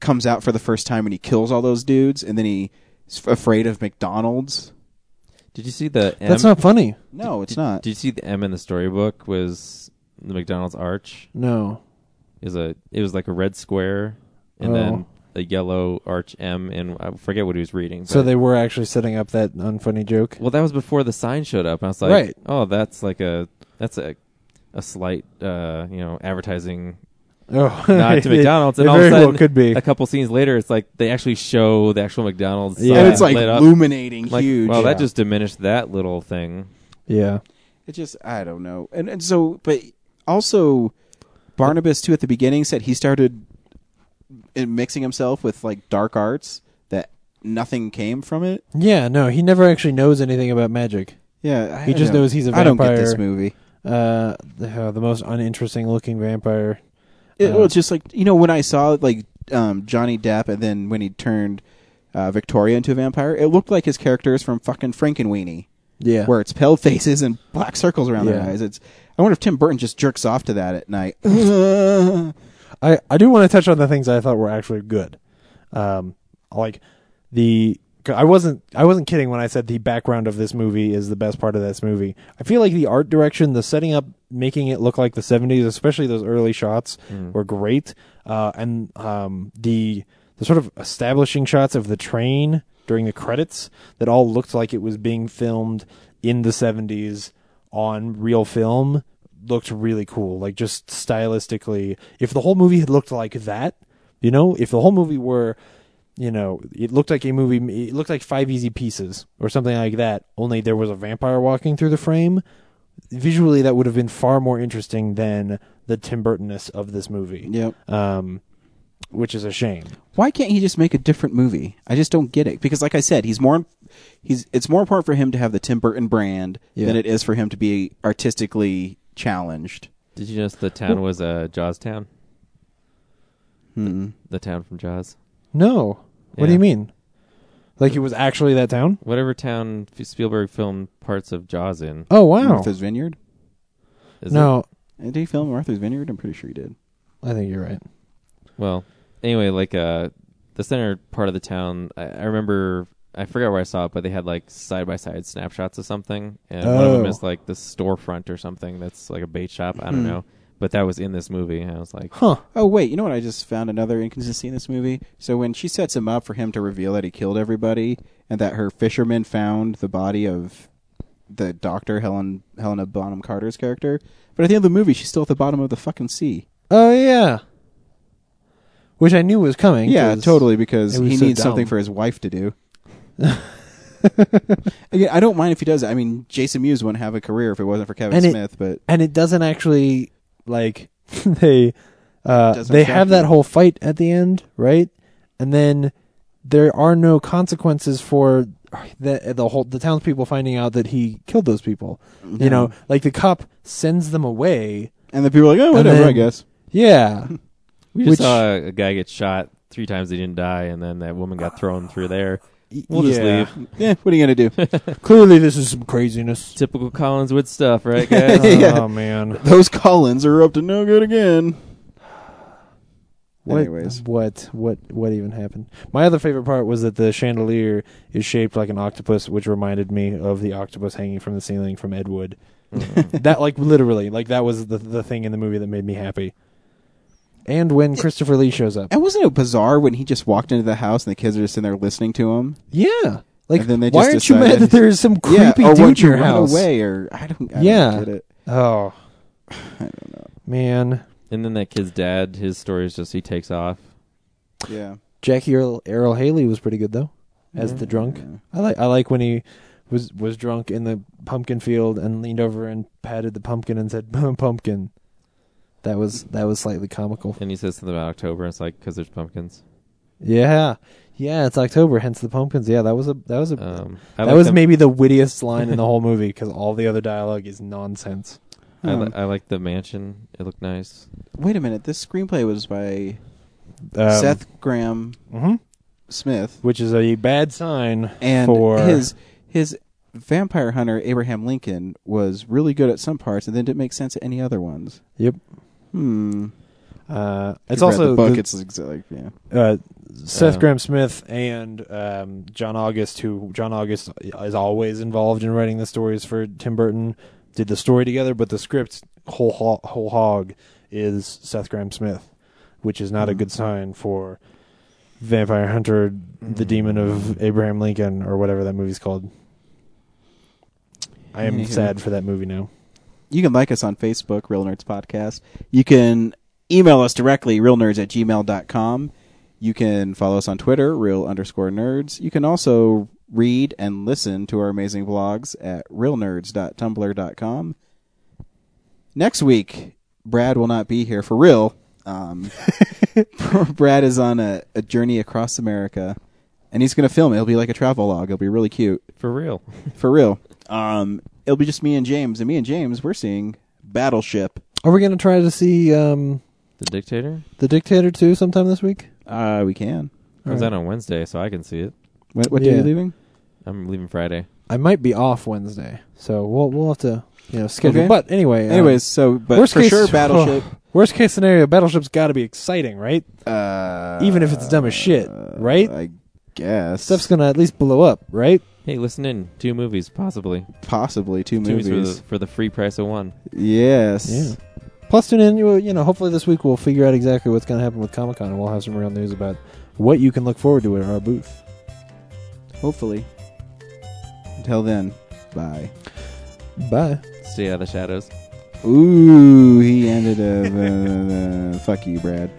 S1: comes out for the first time and he kills all those dudes, and then he's f- afraid of McDonald's.
S2: Did you see the M?
S5: that's not funny.
S1: No, it's
S2: did,
S1: not.
S2: Did you see the M in the storybook was the McDonald's arch?
S5: No,
S2: Is a it was like a red square, and
S5: Oh.
S2: then a yellow arch M, and I forget what he was reading.
S5: so
S2: but-
S5: they were actually setting up that unfunny joke.
S2: well, that was before the sign showed up. And I was like,
S5: Right.
S2: oh, that's like a that's a a slight uh, you know advertising
S5: Oh,
S2: nod to
S5: It-
S2: McDonald's,
S5: It,
S2: and all
S5: very
S2: of a sudden
S5: well could be.
S2: a couple scenes later, it's like they actually show the actual McDonald's.
S5: Yeah.
S2: sign
S1: and it's like
S2: lit up.
S1: illuminating
S2: Like,
S1: huge.
S2: Well,
S5: Yeah.
S2: that just diminished that little thing.
S5: Yeah,
S1: It just I don't know. And and so but also Barnabas too at the beginning said he started in mixing himself with like dark arts that nothing came from it.
S5: yeah. No, he never actually knows anything about magic.
S1: Yeah, I
S5: He just
S1: don't-
S5: knows he's a
S1: I don't get
S5: vampire.
S1: this movie.
S5: Uh, the, uh, the most uninteresting looking vampire.
S1: It,
S5: Uh,
S1: well, it's just like you know when I saw like um, Johnny Depp and then when he turned uh, Victoria into a vampire, it looked like his character is from fucking Frankenweenie.
S5: Yeah,
S1: Where it's pale faces and black circles around their
S5: Yeah.
S1: eyes. It's I wonder if Tim Burton just jerks off to that at night. yeah,
S5: I, I do want to touch on the things I thought were actually good. Um, like the I wasn't I wasn't kidding when I said the background of this movie is the best part of this movie. I feel like the art direction, the setting up, making it look like the 70s, especially those early shots
S3: Mm.
S5: were great. Uh, and um, the the sort of establishing shots of the train during the credits that all looked like it was being filmed in the 70s on real film looked really cool. Like just stylistically, if the whole movie had looked like that, you know, if the whole movie were you know, it looked like a movie. It looked like Five Easy Pieces or something like that. Only there was a vampire walking through the frame. Visually, that would have been far more interesting than the Tim Burtonness of this movie.
S1: Yep.
S5: Um, which is a shame.
S1: Why can't he just make a different movie? I just don't get it because, like I said, he's more he's it's more important for him to have the Tim Burton brand
S5: Yeah.
S1: than it is for him to be artistically challenged.
S2: Did you notice the town was uh, Jaws town?
S1: Hmm.
S2: The town from Jaws.
S5: No. What do
S2: Yeah.
S5: you mean? Like it was actually that town?
S2: Whatever town F- Spielberg filmed parts of Jaws in.
S5: Oh wow.
S1: Martha's Vineyard.
S2: Is
S5: no,
S1: Did he film Martha's Vineyard? I'm pretty sure he did.
S5: I think you're right.
S2: Well, anyway, like uh, the center part of the town, I, I remember. I forgot where I saw it, but they had like side by side snapshots of something, and one of them
S5: Oh.
S2: is like the storefront or something that's like a bait shop. I don't
S1: Hmm.
S2: know, but that was in this movie, and I was like,
S5: Huh.
S1: Oh wait, you know what? I just found another inconsistency in this movie. So when she sets him up for him to reveal that he killed everybody and that her fishermen found the body of the doctor Helen Helena Bonham Carter's character, but at the end of the movie she's still at the bottom of the fucking sea.
S5: Oh yeah. Which I knew was coming.
S1: yeah,
S5: 'cause-
S1: totally because
S5: it
S1: he
S5: was
S1: needs
S5: so
S1: something
S5: dumb.
S1: for his wife to do. Again, I don't mind if he does. it. I mean, Jason Mewes wouldn't have a career if it wasn't for Kevin
S5: And it-
S1: Smith, but
S5: and it doesn't actually like they uh,
S1: Doesn't
S5: they
S1: affect
S5: have that
S1: it.
S5: whole fight at the end, right? And then there are no consequences for uh, the the whole the townspeople finding out that he killed those people.
S1: No.
S5: You know, like the cop sends them away.
S1: and the people are like, oh, whatever,
S5: then-
S1: I guess.
S5: Yeah,
S2: we just
S5: Which-
S2: saw a guy get shot three times. He didn't die, and then that woman got thrown through there. We'll just
S5: Yeah.
S2: leave.
S1: Yeah, what are you gonna do?
S5: Clearly, this is some craziness.
S2: Typical Collinswood stuff, right, guys?
S1: Yeah.
S5: Oh man,
S1: Those Collins are up to no good again.
S5: what,
S1: Anyways.
S5: what what what even happened? My other favorite part was that the chandelier is shaped like an octopus, which reminded me of the octopus hanging from the ceiling from Ed Wood.
S1: Mm-hmm.
S5: that like literally like that was the the thing in the movie that made me happy. And when Christopher Lee shows up,
S1: And wasn't it bizarre when he just walked into the house and the kids are just sitting there listening to him?
S5: yeah, like
S1: And then they
S5: why
S1: just
S5: aren't you
S1: decided-
S5: mad that there is some creepy
S1: yeah, or
S5: dude
S1: won't
S5: in your
S1: you
S5: house?
S1: run away? Or I don't. I
S5: Yeah.
S1: don't get it.
S5: Oh, man,
S2: and then that kid's dad, his story is just he takes off.
S1: Yeah,
S5: Jackie Earl, Errol Haley was pretty good though as the drunk. I like I like when he was was drunk in the pumpkin field and leaned over and patted the pumpkin and said pumpkin. That was that was slightly comical.
S2: And he says something about October, and it's like, because there's pumpkins.
S5: Yeah. Yeah, it's October, hence the pumpkins. Yeah, that was a that was a
S1: Uh,
S2: Um, I
S5: that
S2: like
S5: was
S2: them-
S5: maybe the wittiest line in the whole movie because all the other dialogue is nonsense.
S2: I,
S5: Hmm.
S2: li- I like the mansion. It looked nice.
S1: Wait a minute. This screenplay was by
S5: Um,
S1: Seth Graham
S5: mhm,
S1: Smith,
S5: which is a bad sign
S1: and
S5: for
S1: his his vampire hunter Abraham Lincoln was really good at some parts, and then didn't make sense at any other ones.
S5: Yep.
S1: Hmm.
S5: Uh, it's
S1: You've read
S5: also
S1: the book.
S5: the-
S1: it's ex- like yeah.
S5: uh, Seth
S2: Uh,
S5: Graham Smith and um, John August, who John August is always involved in writing the stories for Tim Burton, did the story together, but the script whole ho- whole hog is Seth Graham Smith, which is not a good sign for Vampire Hunter, the Demon of Abraham Lincoln, or whatever that movie's called. I am
S1: Anywho.
S5: sad for that movie now.
S1: you can like us on Facebook, Real Nerds Podcast. You can email us directly, realnerds at gmail.com. You can follow us on Twitter, real underscore nerds. You can also read and listen to our amazing blogs at realnerds.tumblr.com. Next week, Brad will not be here for real. Um, Brad is on a, a journey across America, and he's going to film it. It'll be like a travel log. It'll be really cute
S2: For real.
S1: for real. Um, it'll be just me and James, and me and James, we're seeing Battleship.
S5: Are we going to try to see um,
S2: The Dictator?
S5: The Dictator 2 sometime this week?
S1: Uh, we can.
S2: Comes out on Wednesday, so I can see it.
S1: What, what day are you
S5: Yeah.
S1: leaving?
S2: I'm leaving Friday.
S5: I might be off Wednesday, so we'll we'll have to you know schedule.
S1: Okay.
S5: But anyway, um,
S1: Anyways, so but
S5: worst
S1: for
S5: case-
S1: sure, Battleship.
S5: worst case scenario, Battleship's got to be exciting, right?
S1: Uh,
S5: Even if it's dumb as shit, right?
S1: I guess.
S5: Stuff's gonna at least blow up, right?
S2: Hey, listen in. Two movies, possibly.
S1: Possibly two,
S2: Two movies,
S1: movies.
S2: for, the, for the free price of one.
S1: Yes.
S5: Yeah. Plus, tune in. You, you know, hopefully this week we'll figure out exactly what's going to happen with Comic Con, and we'll have some real news about what you can look forward to at our booth.
S1: Hopefully. Until then, bye.
S5: Bye.
S2: Stay out of the shadows.
S1: Ooh, he ended up. uh, uh, fuck you, Brad.